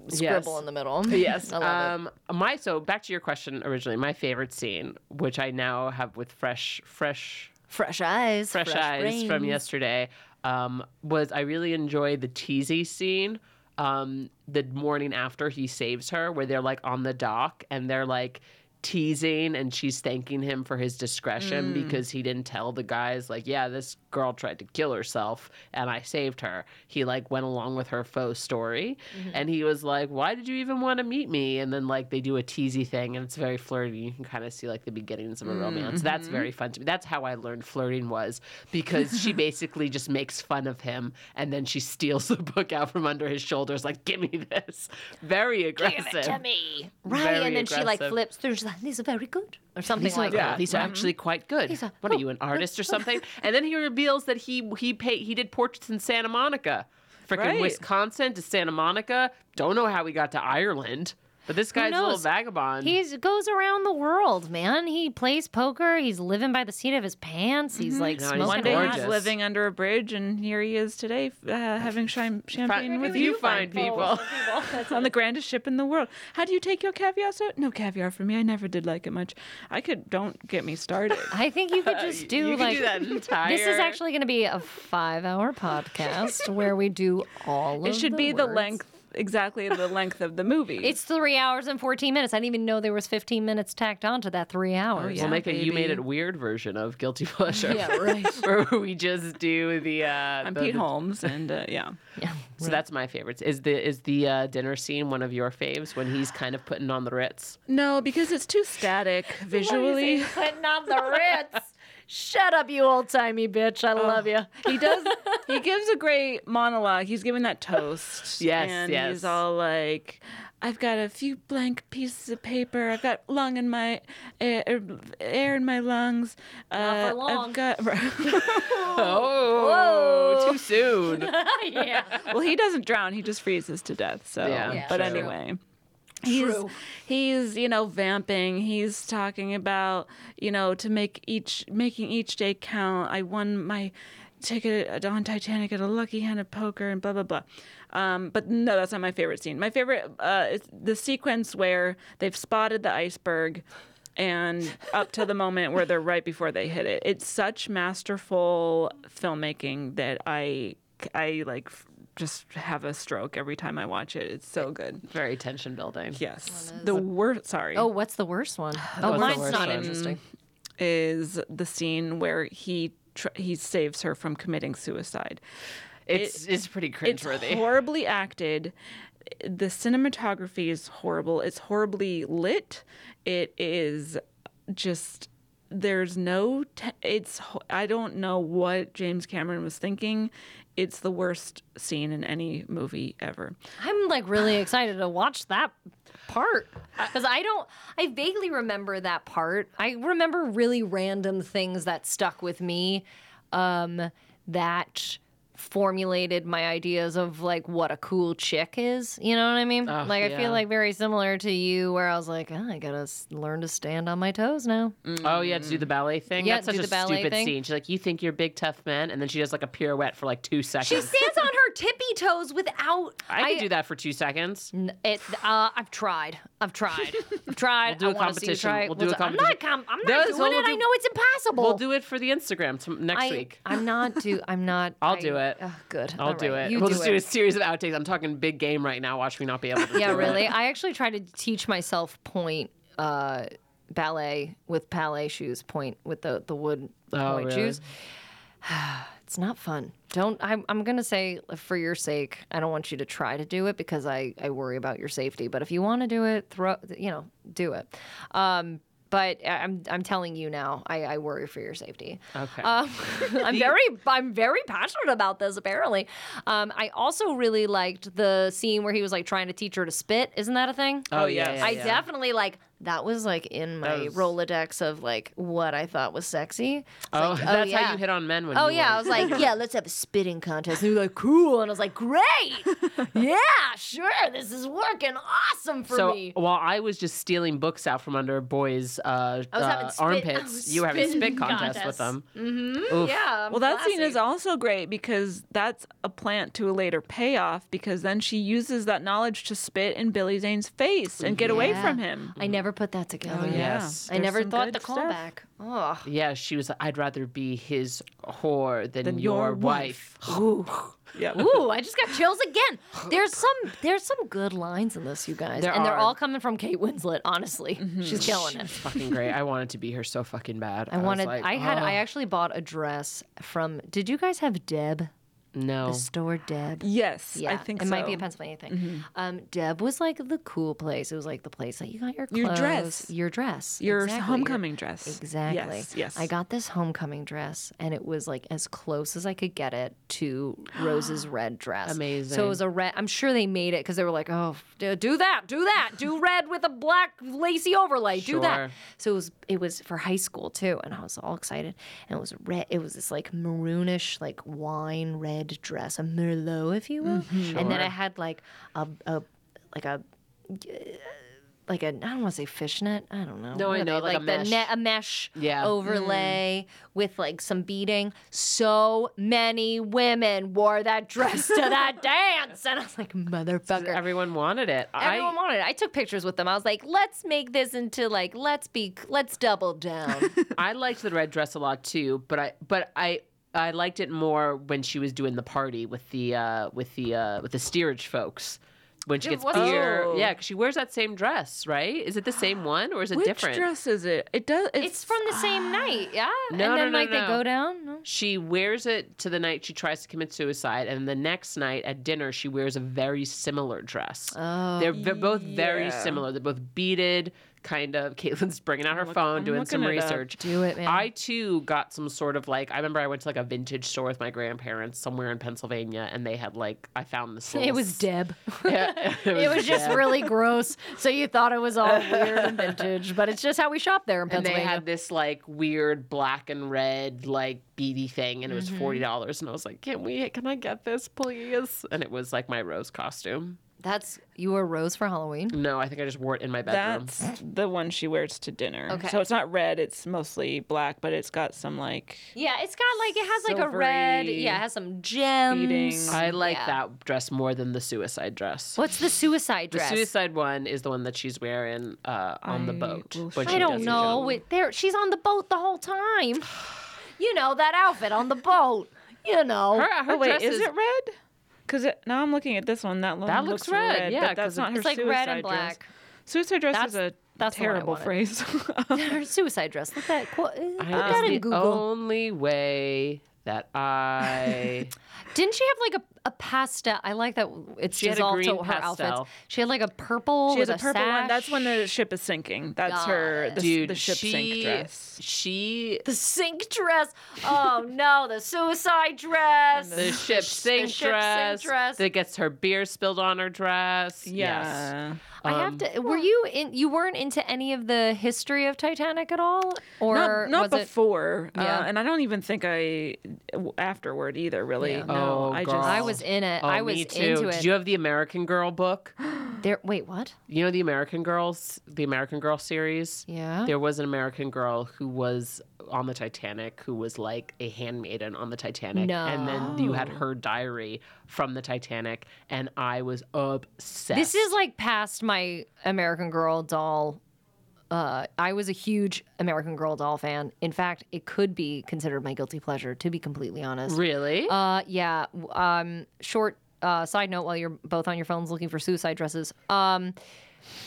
[SPEAKER 1] scribble
[SPEAKER 2] Yes.
[SPEAKER 1] in the middle. (laughs)
[SPEAKER 2] Yes.
[SPEAKER 1] I love
[SPEAKER 2] um my so back to your question originally, my favorite scene, which I now have with fresh fresh
[SPEAKER 1] it. Fresh eyes,
[SPEAKER 2] fresh, eyes from
[SPEAKER 1] brains.
[SPEAKER 2] yesterday um, was I really enjoyed the teasy scene. Um, the morning after he saves her, where they're like on the dock and they're like teasing, and she's thanking him for his
[SPEAKER 1] Mm.
[SPEAKER 2] discretion because he didn't tell the guys, like, yeah, this girl tried to kill herself and I saved her. He like went along with her faux story and he was like, why did you even want to meet me? And then like they do a teasy thing and it's very flirty. You can kind of see like the beginnings of a romance. That's very fun to me. That's how I learned flirting was because she basically just makes fun of him and then she steals the book out from under his shoulders, like, give me this. Very aggressive.
[SPEAKER 1] me, right?
[SPEAKER 2] Very
[SPEAKER 1] and then she like
[SPEAKER 2] aggressive.
[SPEAKER 1] flips through. She's like, "These are very good," or something
[SPEAKER 2] These are,
[SPEAKER 1] like
[SPEAKER 2] yeah,
[SPEAKER 1] that. Mm-hmm.
[SPEAKER 2] these are actually quite good.
[SPEAKER 1] These are- Oh,
[SPEAKER 2] what are you, an artist or
[SPEAKER 1] (laughs)
[SPEAKER 2] something? and then he reveals that he he paid, he did portraits in Santa Monica, freaking
[SPEAKER 4] Right.
[SPEAKER 2] Wisconsin to Santa Monica. Don't know how he got to Ireland, but this guy's a little
[SPEAKER 1] knows?
[SPEAKER 2] vagabond.
[SPEAKER 1] He goes around the world, man. He plays poker. He's living by the seat of his pants. He's like
[SPEAKER 2] Mm-hmm. No, he's
[SPEAKER 1] smoking
[SPEAKER 4] One day
[SPEAKER 1] hot.
[SPEAKER 2] Gorgeous.
[SPEAKER 4] he's living under a bridge, and here he is today uh, having sham- champagne
[SPEAKER 1] (laughs)
[SPEAKER 4] with you
[SPEAKER 2] find people. (laughs)
[SPEAKER 4] on the grandest ship in the world. How do you take your caviar, sir? No caviar for me. I never did like it much. I could. Don't get
[SPEAKER 1] (laughs)
[SPEAKER 4] me started.
[SPEAKER 1] I think you could just do
[SPEAKER 2] you
[SPEAKER 1] like
[SPEAKER 2] can do that entire.
[SPEAKER 1] (laughs) This is actually going to be a five-hour podcast where we do all.
[SPEAKER 4] it
[SPEAKER 1] of
[SPEAKER 4] should
[SPEAKER 1] the
[SPEAKER 4] be the
[SPEAKER 1] words.
[SPEAKER 4] length, exactly the length of the movie.
[SPEAKER 1] It's three hours and fourteen minutes. I didn't even know there was fifteen minutes tacked on to that three hours.
[SPEAKER 2] We'll
[SPEAKER 4] Yeah,
[SPEAKER 2] make a you made
[SPEAKER 4] baby.
[SPEAKER 2] it weird version of guilty (laughs) pleasure.
[SPEAKER 1] Yeah, right.
[SPEAKER 2] Where we just do the. Uh,
[SPEAKER 4] (laughs) I'm
[SPEAKER 2] the-
[SPEAKER 4] Pete
[SPEAKER 2] the-
[SPEAKER 4] Holmes, and uh, yeah.
[SPEAKER 1] yeah.
[SPEAKER 2] So that's my favorites. Is the is the uh, dinner scene one of your faves when he's kind of putting on the Ritz?
[SPEAKER 4] No, because it's too static visually.
[SPEAKER 1] putting on the Ritz. Oh. Shut up, you old-timey bitch. I love you.
[SPEAKER 4] He does. he gives a great monologue. He's giving that
[SPEAKER 2] (laughs)
[SPEAKER 4] toast.
[SPEAKER 2] Yes,
[SPEAKER 4] and
[SPEAKER 2] yes.
[SPEAKER 4] He's all like, "I've got a few blank pieces of paper. I've got lung in my air, er, air in my lungs. Uh,
[SPEAKER 1] Not for long."
[SPEAKER 4] I've got." (laughs)
[SPEAKER 2] Oh, too soon.
[SPEAKER 1] (laughs) (laughs) yeah.
[SPEAKER 4] well, he doesn't drown. He just freezes to death. So,
[SPEAKER 2] Yeah, Yeah,
[SPEAKER 4] but
[SPEAKER 2] true.
[SPEAKER 4] anyway. He's,
[SPEAKER 1] True.
[SPEAKER 4] he's you know vamping he's talking about you know to make each making each day count i won my ticket on Titanic at a Lucky Hand of Poker and blah blah blah. Um, but no, that's not my favorite scene. My favorite uh, is the sequence where they've spotted the iceberg, and up to the moment where they're right before they hit it. It's such masterful filmmaking that I I like f- just have a stroke every time I watch it. It's so good.
[SPEAKER 2] Very tension building.
[SPEAKER 4] Yes, the worst. Sorry.
[SPEAKER 1] Oh, what's the worst one?
[SPEAKER 2] What's
[SPEAKER 1] Oh,
[SPEAKER 2] the
[SPEAKER 1] mine's
[SPEAKER 2] worst
[SPEAKER 1] not
[SPEAKER 2] one?
[SPEAKER 1] interesting.
[SPEAKER 4] is the scene where he tr- he saves her from committing suicide.
[SPEAKER 2] It's it's pretty
[SPEAKER 4] It's
[SPEAKER 2] cringeworthy. (laughs)
[SPEAKER 4] horribly acted. The cinematography is horrible. It's horribly lit. It is just there's no te- it's ho- I don't know what James Cameron was thinking. It's the worst scene in any movie ever.
[SPEAKER 1] I'm like really excited to watch that part because I don't. I vaguely remember that part. I remember really random things that stuck with me, um, that formulated my ideas of like what a cool chick is. You know what I mean?
[SPEAKER 2] Oh,
[SPEAKER 1] like I
[SPEAKER 2] yeah.
[SPEAKER 1] feel like very similar to you, where I was like, oh, I gotta s- learn to stand on my toes now.
[SPEAKER 2] Oh yeah, to do the ballet thing.
[SPEAKER 1] Yeah,
[SPEAKER 2] That's such
[SPEAKER 1] do
[SPEAKER 2] a
[SPEAKER 1] the ballet
[SPEAKER 2] stupid
[SPEAKER 1] thing.
[SPEAKER 2] scene. She's like, "You think you're big tough man," and then she does like a pirouette for like two seconds.
[SPEAKER 1] She stands on her tippy toes without.
[SPEAKER 2] I could do that for two seconds.
[SPEAKER 1] N- It, uh, I've tried. I've
[SPEAKER 2] (laughs)
[SPEAKER 1] tried. I've tried.
[SPEAKER 2] do
[SPEAKER 1] I
[SPEAKER 2] a
[SPEAKER 1] wanna see you
[SPEAKER 2] competition.
[SPEAKER 1] try.
[SPEAKER 2] We'll do a
[SPEAKER 1] I'm not,
[SPEAKER 2] competition.
[SPEAKER 1] com- I'm
[SPEAKER 2] No,
[SPEAKER 1] not
[SPEAKER 2] so
[SPEAKER 1] doing
[SPEAKER 2] we'll
[SPEAKER 1] it. I
[SPEAKER 2] do-
[SPEAKER 1] know it's impossible.
[SPEAKER 2] We'll do it for the Instagram t- next
[SPEAKER 1] I,
[SPEAKER 2] week.
[SPEAKER 1] I'm not do. I'm not.
[SPEAKER 2] I'll
[SPEAKER 1] I-
[SPEAKER 2] do it.
[SPEAKER 1] Ugh, good.
[SPEAKER 2] I'll
[SPEAKER 1] All
[SPEAKER 2] do
[SPEAKER 1] right.
[SPEAKER 2] it.
[SPEAKER 1] You
[SPEAKER 2] we'll
[SPEAKER 1] do
[SPEAKER 2] just
[SPEAKER 1] it.
[SPEAKER 2] do a series of outtakes. I'm talking big game right now. Watch me not be able
[SPEAKER 1] (laughs)
[SPEAKER 2] to. (laughs)
[SPEAKER 1] Yeah,
[SPEAKER 2] do it.
[SPEAKER 1] really. I actually tried to teach myself point uh, ballet with ballet shoes. Point with the the wood
[SPEAKER 2] Oh,
[SPEAKER 1] point
[SPEAKER 2] really?
[SPEAKER 1] shoes. (sighs) It's not fun. Don't. I'm. I'm gonna say for your sake. I don't want you to try to do it because I. I worry about your safety. But if you want to do it, throw. You know, do it. Um. But I- I'm. I'm telling you now. I. I worry for your safety.
[SPEAKER 2] Okay.
[SPEAKER 1] Um, (laughs) I'm very I'm very passionate about this. Apparently, um, I also really liked the scene where he was like trying to teach her to spit. Isn't that a thing?
[SPEAKER 2] Oh,
[SPEAKER 4] yes.
[SPEAKER 2] yeah, yeah,
[SPEAKER 1] I
[SPEAKER 2] yeah.
[SPEAKER 1] definitely like that was like in my
[SPEAKER 2] was-
[SPEAKER 1] Rolodex of like what I thought was sexy. It's
[SPEAKER 2] Oh,
[SPEAKER 1] like,
[SPEAKER 2] that's how
[SPEAKER 1] yeah.
[SPEAKER 2] you hit on men when.
[SPEAKER 1] Oh
[SPEAKER 2] you
[SPEAKER 1] yeah, I
[SPEAKER 2] were-
[SPEAKER 1] was like, yeah, let's have a spitting contest. And they were like, cool, and I was like, great, yeah, sure, this is working awesome for
[SPEAKER 2] So
[SPEAKER 1] me.
[SPEAKER 2] while I was just stealing books out from under boys' uh,
[SPEAKER 1] I was having
[SPEAKER 2] uh,
[SPEAKER 1] spit- I
[SPEAKER 2] armpits,
[SPEAKER 1] was
[SPEAKER 2] you were having
[SPEAKER 1] spitting
[SPEAKER 2] spit contest,
[SPEAKER 1] (laughs)
[SPEAKER 2] with
[SPEAKER 1] contests.
[SPEAKER 2] them.
[SPEAKER 1] Yeah, I'm
[SPEAKER 4] Well, that scene
[SPEAKER 1] classy.
[SPEAKER 4] is also great because that's a plant to a later payoff because then she uses that knowledge to spit in Billy Zane's face and get away
[SPEAKER 1] Yeah.
[SPEAKER 4] from him.
[SPEAKER 1] I never put that together.
[SPEAKER 2] yeah. Yes.
[SPEAKER 1] I
[SPEAKER 4] There's
[SPEAKER 1] never
[SPEAKER 4] some
[SPEAKER 1] thought
[SPEAKER 4] good
[SPEAKER 1] the
[SPEAKER 4] stuff.
[SPEAKER 1] callback. Oh,
[SPEAKER 2] Yeah, she was. like, I'd rather be his whore than,
[SPEAKER 4] Than
[SPEAKER 2] your,
[SPEAKER 4] your
[SPEAKER 2] wife.
[SPEAKER 4] Yeah.
[SPEAKER 1] Ooh, I just got chills again. There's some there's some good lines in this, you guys.
[SPEAKER 2] There
[SPEAKER 1] and they're
[SPEAKER 2] are.
[SPEAKER 1] all coming from Kate Winslet, honestly.
[SPEAKER 4] Mm-hmm.
[SPEAKER 1] She's killing it.
[SPEAKER 2] Oh, fucking great. I wanted to be her so fucking bad.
[SPEAKER 1] (laughs) I
[SPEAKER 2] was
[SPEAKER 1] wanted
[SPEAKER 2] like,
[SPEAKER 1] I had
[SPEAKER 2] "Oh,
[SPEAKER 1] I actually bought a dress from Did you guys have Deb?
[SPEAKER 2] "Oh, no.
[SPEAKER 1] The store Deb.
[SPEAKER 4] Yes,
[SPEAKER 1] Yeah,
[SPEAKER 4] I think
[SPEAKER 1] it
[SPEAKER 4] so. Mm-hmm.
[SPEAKER 1] might be a Pennsylvania thing. Um, Deb was like the cool place. It was like the place that you got your clothes,
[SPEAKER 4] Your dress.
[SPEAKER 1] your dress,
[SPEAKER 4] Your
[SPEAKER 1] Exactly,
[SPEAKER 4] homecoming dress.
[SPEAKER 1] Exactly.
[SPEAKER 4] Yes, yes.
[SPEAKER 1] I got this homecoming dress, and it was like as close as I could get it
[SPEAKER 2] (gasps)
[SPEAKER 1] to Rose's red dress. So
[SPEAKER 2] Amazing.
[SPEAKER 1] it was a red. I'm sure they made it because they were like, "Oh, d- do that, do that, do red with a black lacy overlay, do
[SPEAKER 2] Sure.
[SPEAKER 1] that." So it was it was for high school too, and I was all excited. And it was red. It was this like maroonish, like wine red dress, a merlot, if you will.
[SPEAKER 2] Mm-hmm.
[SPEAKER 1] And then I had like a, a like a like a I don't want to say fishnet. I don't know.
[SPEAKER 2] No,
[SPEAKER 1] What
[SPEAKER 2] I
[SPEAKER 1] are
[SPEAKER 2] know,
[SPEAKER 1] they?
[SPEAKER 2] like a mesh.
[SPEAKER 1] The net, a mesh
[SPEAKER 2] Yeah.
[SPEAKER 1] overlay with like some beading. So many women wore that dress to
[SPEAKER 2] (laughs)
[SPEAKER 1] that dance, and I was like, motherfucker.
[SPEAKER 2] Everyone wanted it.
[SPEAKER 1] Everyone
[SPEAKER 2] I,
[SPEAKER 1] wanted it. I took pictures with them. I was like, let's make this into like, let's be, let's double
[SPEAKER 2] (laughs)
[SPEAKER 1] down.
[SPEAKER 2] I liked the red dress a lot too, but I but I I liked it more when she was doing the party with the uh with the uh with the steerage folks. When she
[SPEAKER 1] It
[SPEAKER 2] gets
[SPEAKER 1] was-
[SPEAKER 2] beer,
[SPEAKER 4] Oh.
[SPEAKER 2] yeah, because she wears that same dress, right? Is it
[SPEAKER 1] (gasps)
[SPEAKER 2] the same one or is it
[SPEAKER 4] Which
[SPEAKER 2] different?
[SPEAKER 4] dress is it? It does. It's,
[SPEAKER 1] it's from the same night, yeah.
[SPEAKER 2] ah. No, no,
[SPEAKER 1] and then
[SPEAKER 2] no,
[SPEAKER 1] like
[SPEAKER 2] no.
[SPEAKER 1] they go down. No.
[SPEAKER 2] She wears it to the night she tries to commit suicide, and the next night at dinner she wears a very similar dress. Oh, they're ve- both very
[SPEAKER 4] yeah.
[SPEAKER 2] similar. They're both beaded, kind of. (laughs) Caitlin's bringing out her
[SPEAKER 4] look-
[SPEAKER 2] phone,
[SPEAKER 4] I'm
[SPEAKER 2] doing
[SPEAKER 4] looking
[SPEAKER 2] some
[SPEAKER 4] it up.
[SPEAKER 2] research.
[SPEAKER 1] Do it, man.
[SPEAKER 2] I too got some sort of like. I remember I went to like a vintage store with my grandparents somewhere in Pennsylvania, and they had like I found this.
[SPEAKER 1] It
[SPEAKER 2] little
[SPEAKER 1] was
[SPEAKER 2] s-
[SPEAKER 1] Deb.
[SPEAKER 2] (laughs) Yeah,
[SPEAKER 1] (laughs) It was just
[SPEAKER 2] yeah.
[SPEAKER 1] really gross. So you thought it was all
[SPEAKER 2] (laughs)
[SPEAKER 1] weird and vintage, but it's just how we shop there in
[SPEAKER 2] And they
[SPEAKER 1] Pennsylvania.
[SPEAKER 2] had this like weird black and red like beady thing, and it was forty dollars. And I was like, "Can we? Can I get this, please?" And it was like my rose costume.
[SPEAKER 1] That's you wore rose for Halloween.
[SPEAKER 2] No, I think I just wore it in my bedroom.
[SPEAKER 4] That's the one she wears to dinner.
[SPEAKER 1] Okay.
[SPEAKER 4] So it's not red, it's mostly black, but it's got some like
[SPEAKER 1] Yeah, it's got like it has like a red.
[SPEAKER 4] Silvery
[SPEAKER 1] Yeah, it has some gems.
[SPEAKER 4] beading.
[SPEAKER 2] I like
[SPEAKER 1] Yeah.
[SPEAKER 2] that dress more than the suicide dress.
[SPEAKER 1] What's the suicide
[SPEAKER 2] The
[SPEAKER 1] dress?
[SPEAKER 2] suicide one is the one that she's wearing uh, on the
[SPEAKER 4] I
[SPEAKER 2] boat.
[SPEAKER 4] will
[SPEAKER 2] when
[SPEAKER 4] show
[SPEAKER 2] she
[SPEAKER 1] I don't
[SPEAKER 2] does the
[SPEAKER 1] know.
[SPEAKER 2] jump.
[SPEAKER 1] It, there, she's on the boat the whole time.
[SPEAKER 2] (sighs)
[SPEAKER 1] You know that outfit on the boat. You know.
[SPEAKER 2] Her, her
[SPEAKER 4] oh wait,
[SPEAKER 2] dress
[SPEAKER 4] is it red? Because now I'm looking at this one. That, one
[SPEAKER 2] That looks red, yeah,
[SPEAKER 4] but
[SPEAKER 2] 'cause
[SPEAKER 4] that's not her
[SPEAKER 1] it's like
[SPEAKER 4] suicide
[SPEAKER 1] red and
[SPEAKER 4] dress.
[SPEAKER 1] black.
[SPEAKER 4] Suicide dress is
[SPEAKER 1] That's-
[SPEAKER 4] a
[SPEAKER 1] that's the one I
[SPEAKER 4] terrible
[SPEAKER 1] wanted.
[SPEAKER 4] phrase. (laughs)
[SPEAKER 1] (laughs) her suicide dress. Look that. uh, Put
[SPEAKER 2] I,
[SPEAKER 1] that
[SPEAKER 2] it's
[SPEAKER 1] in
[SPEAKER 2] the
[SPEAKER 1] Google.
[SPEAKER 2] only way that
[SPEAKER 1] (laughs)
[SPEAKER 2] I.
[SPEAKER 1] Didn't she have like a, a pastel? I like that it's
[SPEAKER 2] She had a
[SPEAKER 1] dissolved to
[SPEAKER 2] green
[SPEAKER 1] her
[SPEAKER 2] pastel.
[SPEAKER 1] outfits. She had like a purple.
[SPEAKER 4] she has
[SPEAKER 1] with
[SPEAKER 4] a purple
[SPEAKER 1] sash.
[SPEAKER 4] one. That's when the ship is sinking. That's
[SPEAKER 1] Got
[SPEAKER 4] her
[SPEAKER 1] it.
[SPEAKER 4] the,
[SPEAKER 2] Dude,
[SPEAKER 4] the ship
[SPEAKER 2] she-
[SPEAKER 4] sink dress.
[SPEAKER 2] She.
[SPEAKER 1] (laughs) The sink dress. Oh no, the suicide dress.
[SPEAKER 2] The ship
[SPEAKER 1] ship
[SPEAKER 2] sink
[SPEAKER 1] sink
[SPEAKER 2] dress,
[SPEAKER 1] dress.
[SPEAKER 2] that gets her beer spilled on her dress. Yes. Um,
[SPEAKER 4] Yeah.
[SPEAKER 1] I have to. Were you in? You weren't into any of the history of Titanic at all, or
[SPEAKER 4] Not, not
[SPEAKER 1] was it?
[SPEAKER 4] before,
[SPEAKER 1] Yeah.
[SPEAKER 4] uh, and I don't even think I w- afterward either. Really,
[SPEAKER 1] Yeah.
[SPEAKER 4] no.
[SPEAKER 2] Oh,
[SPEAKER 4] I just
[SPEAKER 2] girl.
[SPEAKER 1] I was in it.
[SPEAKER 2] Oh,
[SPEAKER 1] I was
[SPEAKER 2] me too.
[SPEAKER 1] into
[SPEAKER 2] Did
[SPEAKER 1] it.
[SPEAKER 2] you have the American Girl book?
[SPEAKER 1] there. Wait, what?
[SPEAKER 2] You know the American Girls, the American
[SPEAKER 1] (gasps)
[SPEAKER 2] Girl series?
[SPEAKER 1] Yeah.
[SPEAKER 2] There was an American girl who was on the Titanic who was like a handmaiden on the Titanic. And then you had her diary from the Titanic, and I was obsessed.
[SPEAKER 1] This is like past my American Girl doll. Uh, I was a huge American Girl doll fan. In fact, it could be considered my guilty pleasure, to be completely honest.
[SPEAKER 2] really?
[SPEAKER 1] Uh, yeah. w- Um, short uh, side note while you're both on your phones looking for suicide dresses. Um,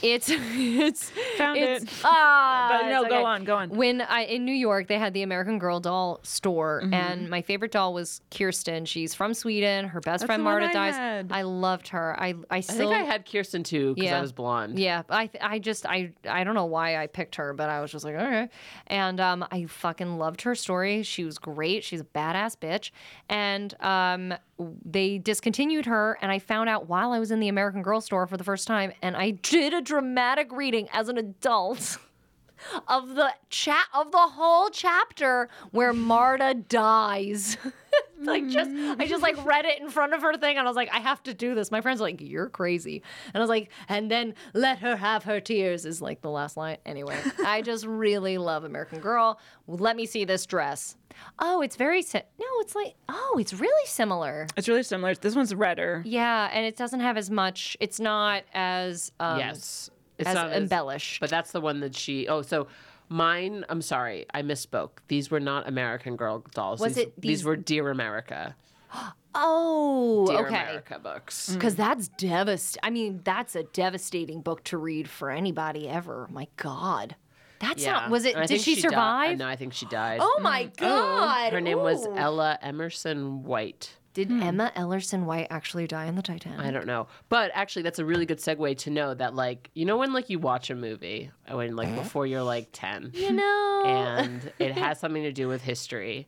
[SPEAKER 1] it's (laughs) it's
[SPEAKER 4] Found
[SPEAKER 1] it's,
[SPEAKER 4] it.
[SPEAKER 1] Ah,
[SPEAKER 4] But no,
[SPEAKER 1] it's
[SPEAKER 4] go on, go on.
[SPEAKER 1] When I in New York, they had the American Girl doll store,
[SPEAKER 4] Mm-hmm.
[SPEAKER 1] and my favorite doll was Kirsten. She's from Sweden. Her best friend
[SPEAKER 4] the one
[SPEAKER 1] Marta
[SPEAKER 4] I
[SPEAKER 1] dies.
[SPEAKER 4] had.
[SPEAKER 1] I loved her. I I
[SPEAKER 2] I
[SPEAKER 1] still
[SPEAKER 2] think I had Kirsten too because
[SPEAKER 1] Yeah.
[SPEAKER 2] I was blonde.
[SPEAKER 1] yeah, but I th- I just I I don't know why I picked her, but I was just like okay, and um I fucking loved her story. She was great. She's a badass bitch, and um they discontinued her, and I found out while I was in the American Girl store for the first time, and I did a dramatic reading as an adult. (laughs) Of the chat of the whole chapter where Marta dies, (laughs) like just I just
[SPEAKER 2] Mm.
[SPEAKER 1] like read it in front of her thing, and I was like, I have to do this. My friends were like, you're crazy, and I was like, and then let her have her tears is like the last line. Anyway, I
[SPEAKER 2] (laughs)
[SPEAKER 1] just really love American Girl. Let me see this dress. Oh, it's very si- no, it's like oh, it's really similar.
[SPEAKER 4] it's really similar. This one's redder.
[SPEAKER 1] Yeah, and it doesn't have as much. It's not as um,
[SPEAKER 2] Yes. It's
[SPEAKER 1] as
[SPEAKER 2] not as-
[SPEAKER 1] embellished.
[SPEAKER 2] But that's the one that she. Oh, so mine. I'm sorry, I misspoke. These were not American Girl dolls.
[SPEAKER 1] Was
[SPEAKER 2] these,
[SPEAKER 1] it these-
[SPEAKER 2] were Dear America,
[SPEAKER 1] oh,
[SPEAKER 2] Dear
[SPEAKER 1] okay.
[SPEAKER 2] America books.
[SPEAKER 1] Because that's devast. I mean, that's a devastating book to read for anybody ever. My God, that's not. Was it?
[SPEAKER 2] And I
[SPEAKER 1] Did
[SPEAKER 2] think
[SPEAKER 1] she,
[SPEAKER 2] di-
[SPEAKER 1] survive?
[SPEAKER 2] no, I think she died.
[SPEAKER 1] Oh my God!
[SPEAKER 2] Her name was
[SPEAKER 1] Ooh.
[SPEAKER 2] Ella Emerson White.
[SPEAKER 1] Did Emma Ellerson White actually die in the Titanic?
[SPEAKER 2] I don't know, but actually, that's a really good segue to know that, like, you know, when like you watch a movie uh, when like before you're like ten,
[SPEAKER 1] You know.
[SPEAKER 2] (laughs) and it has something to do with history.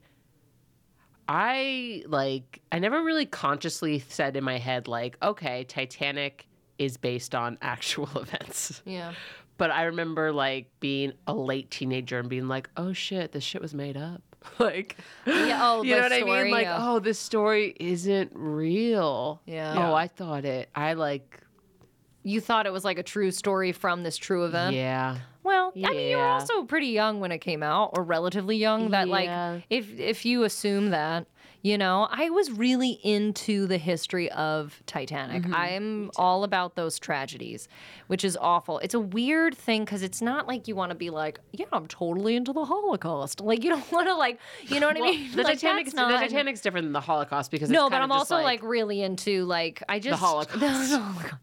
[SPEAKER 2] I like I never really consciously said in my head like, okay, Titanic is based on (laughs) actual events.
[SPEAKER 1] yeah.
[SPEAKER 2] But I remember like being a late teenager and being like, oh shit, this shit was made up. (laughs) Like
[SPEAKER 1] Yeah. Oh,
[SPEAKER 2] you
[SPEAKER 1] the
[SPEAKER 2] know what I
[SPEAKER 1] story,
[SPEAKER 2] mean? Like,
[SPEAKER 1] yeah.
[SPEAKER 2] oh, this story isn't real.
[SPEAKER 1] Yeah.
[SPEAKER 2] Oh, I thought it. I like
[SPEAKER 1] you thought it was like a true story from this true event.
[SPEAKER 2] Yeah.
[SPEAKER 1] Well, I mean, you were
[SPEAKER 2] Yeah.
[SPEAKER 1] also pretty young when it came out, or relatively young. That
[SPEAKER 2] Yeah.
[SPEAKER 1] like, if if you assume that, you know, I was really into the history of Titanic.
[SPEAKER 2] Mm-hmm.
[SPEAKER 1] I'm all about those tragedies, which is awful. It's a weird thing because it's not like you want to be like, yeah, I'm totally into the Holocaust. Like you don't (laughs) want to like, you know what I
[SPEAKER 2] Well,
[SPEAKER 1] mean? (laughs)
[SPEAKER 2] the
[SPEAKER 1] Like,
[SPEAKER 2] Titanic's
[SPEAKER 1] that's
[SPEAKER 2] the
[SPEAKER 1] not-
[SPEAKER 2] Titanic's different than the Holocaust because
[SPEAKER 1] no,
[SPEAKER 2] it's
[SPEAKER 1] but
[SPEAKER 2] kind
[SPEAKER 1] I'm
[SPEAKER 2] of just,
[SPEAKER 1] also like, really into like I just (laughs)
[SPEAKER 2] Holocaust.
[SPEAKER 1] the Holocaust.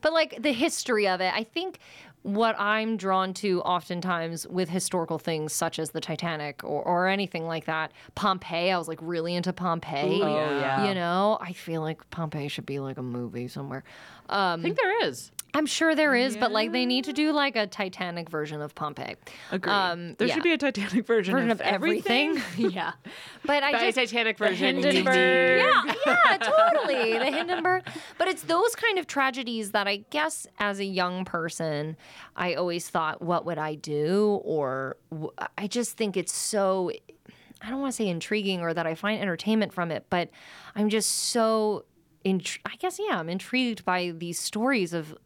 [SPEAKER 1] but like the history of it. I think what I'm drawn to oftentimes with historical things such as the Titanic or, or anything like that. Pompeii, I was like really into Pompeii.
[SPEAKER 2] Ooh, Oh, yeah.
[SPEAKER 1] You know, I feel like Pompeii should be like a movie somewhere.
[SPEAKER 2] I
[SPEAKER 1] Um,
[SPEAKER 2] think there is.
[SPEAKER 1] I'm sure there is, but like they need to do like a Titanic version of Pompeii.
[SPEAKER 4] Agree.
[SPEAKER 1] Um,
[SPEAKER 4] there
[SPEAKER 1] yeah.
[SPEAKER 4] should be a Titanic version,
[SPEAKER 1] version of everything. (laughs) yeah. But I
[SPEAKER 2] By
[SPEAKER 1] just
[SPEAKER 2] Titanic version.
[SPEAKER 4] Hindenburg.
[SPEAKER 1] yeah, yeah, totally. The Hindenburg. But it's those kind of tragedies that I guess as a young person, I always thought, what would I do? Or w- I just think it's so, I don't want to say intriguing or that I find entertainment from it, but I'm just so intri- I guess yeah, I'm intrigued by these stories of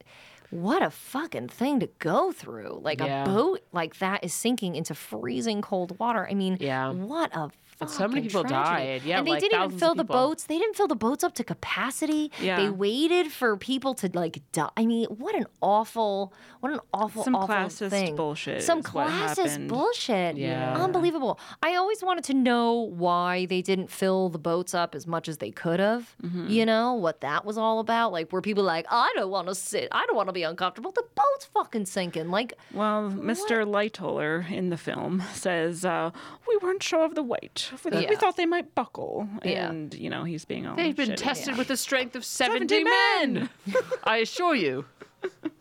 [SPEAKER 1] what a fucking thing to go through. Like
[SPEAKER 2] Yeah.
[SPEAKER 1] a boat like that is sinking into freezing cold water. I mean,
[SPEAKER 2] Yeah.
[SPEAKER 1] what a
[SPEAKER 2] And so
[SPEAKER 1] fucking
[SPEAKER 2] many people
[SPEAKER 1] tragedy.
[SPEAKER 2] died. Yeah,
[SPEAKER 1] and they
[SPEAKER 2] like
[SPEAKER 1] didn't even
[SPEAKER 2] thousands
[SPEAKER 1] fill
[SPEAKER 2] of
[SPEAKER 1] the
[SPEAKER 2] people.
[SPEAKER 1] boats. They didn't fill the boats up to capacity.
[SPEAKER 4] Yeah.
[SPEAKER 1] They waited for people to like die. I mean, what an awful, what an awful,
[SPEAKER 4] Some
[SPEAKER 1] awful
[SPEAKER 4] classist
[SPEAKER 1] thing.
[SPEAKER 4] bullshit
[SPEAKER 1] Some
[SPEAKER 4] is what
[SPEAKER 1] classist
[SPEAKER 4] happened.
[SPEAKER 1] bullshit.
[SPEAKER 2] Yeah.
[SPEAKER 1] Unbelievable. I always wanted to know why they didn't fill the boats up as much as they could have.
[SPEAKER 2] Mm-hmm.
[SPEAKER 1] You know, what that was all about. Like, were people like, I don't want to sit. I don't want to be uncomfortable. The boat's fucking sinking. Like,
[SPEAKER 4] Well, Mr. Lightoller in the film says, uh, "We weren't sure of the weight. We, th- we
[SPEAKER 1] Yeah.
[SPEAKER 4] thought they might buckle."
[SPEAKER 1] Yeah.
[SPEAKER 4] And you know he's being all
[SPEAKER 2] They've been
[SPEAKER 4] shitty.
[SPEAKER 2] tested with the strength of 70,
[SPEAKER 4] 70
[SPEAKER 2] men. (laughs) I assure you.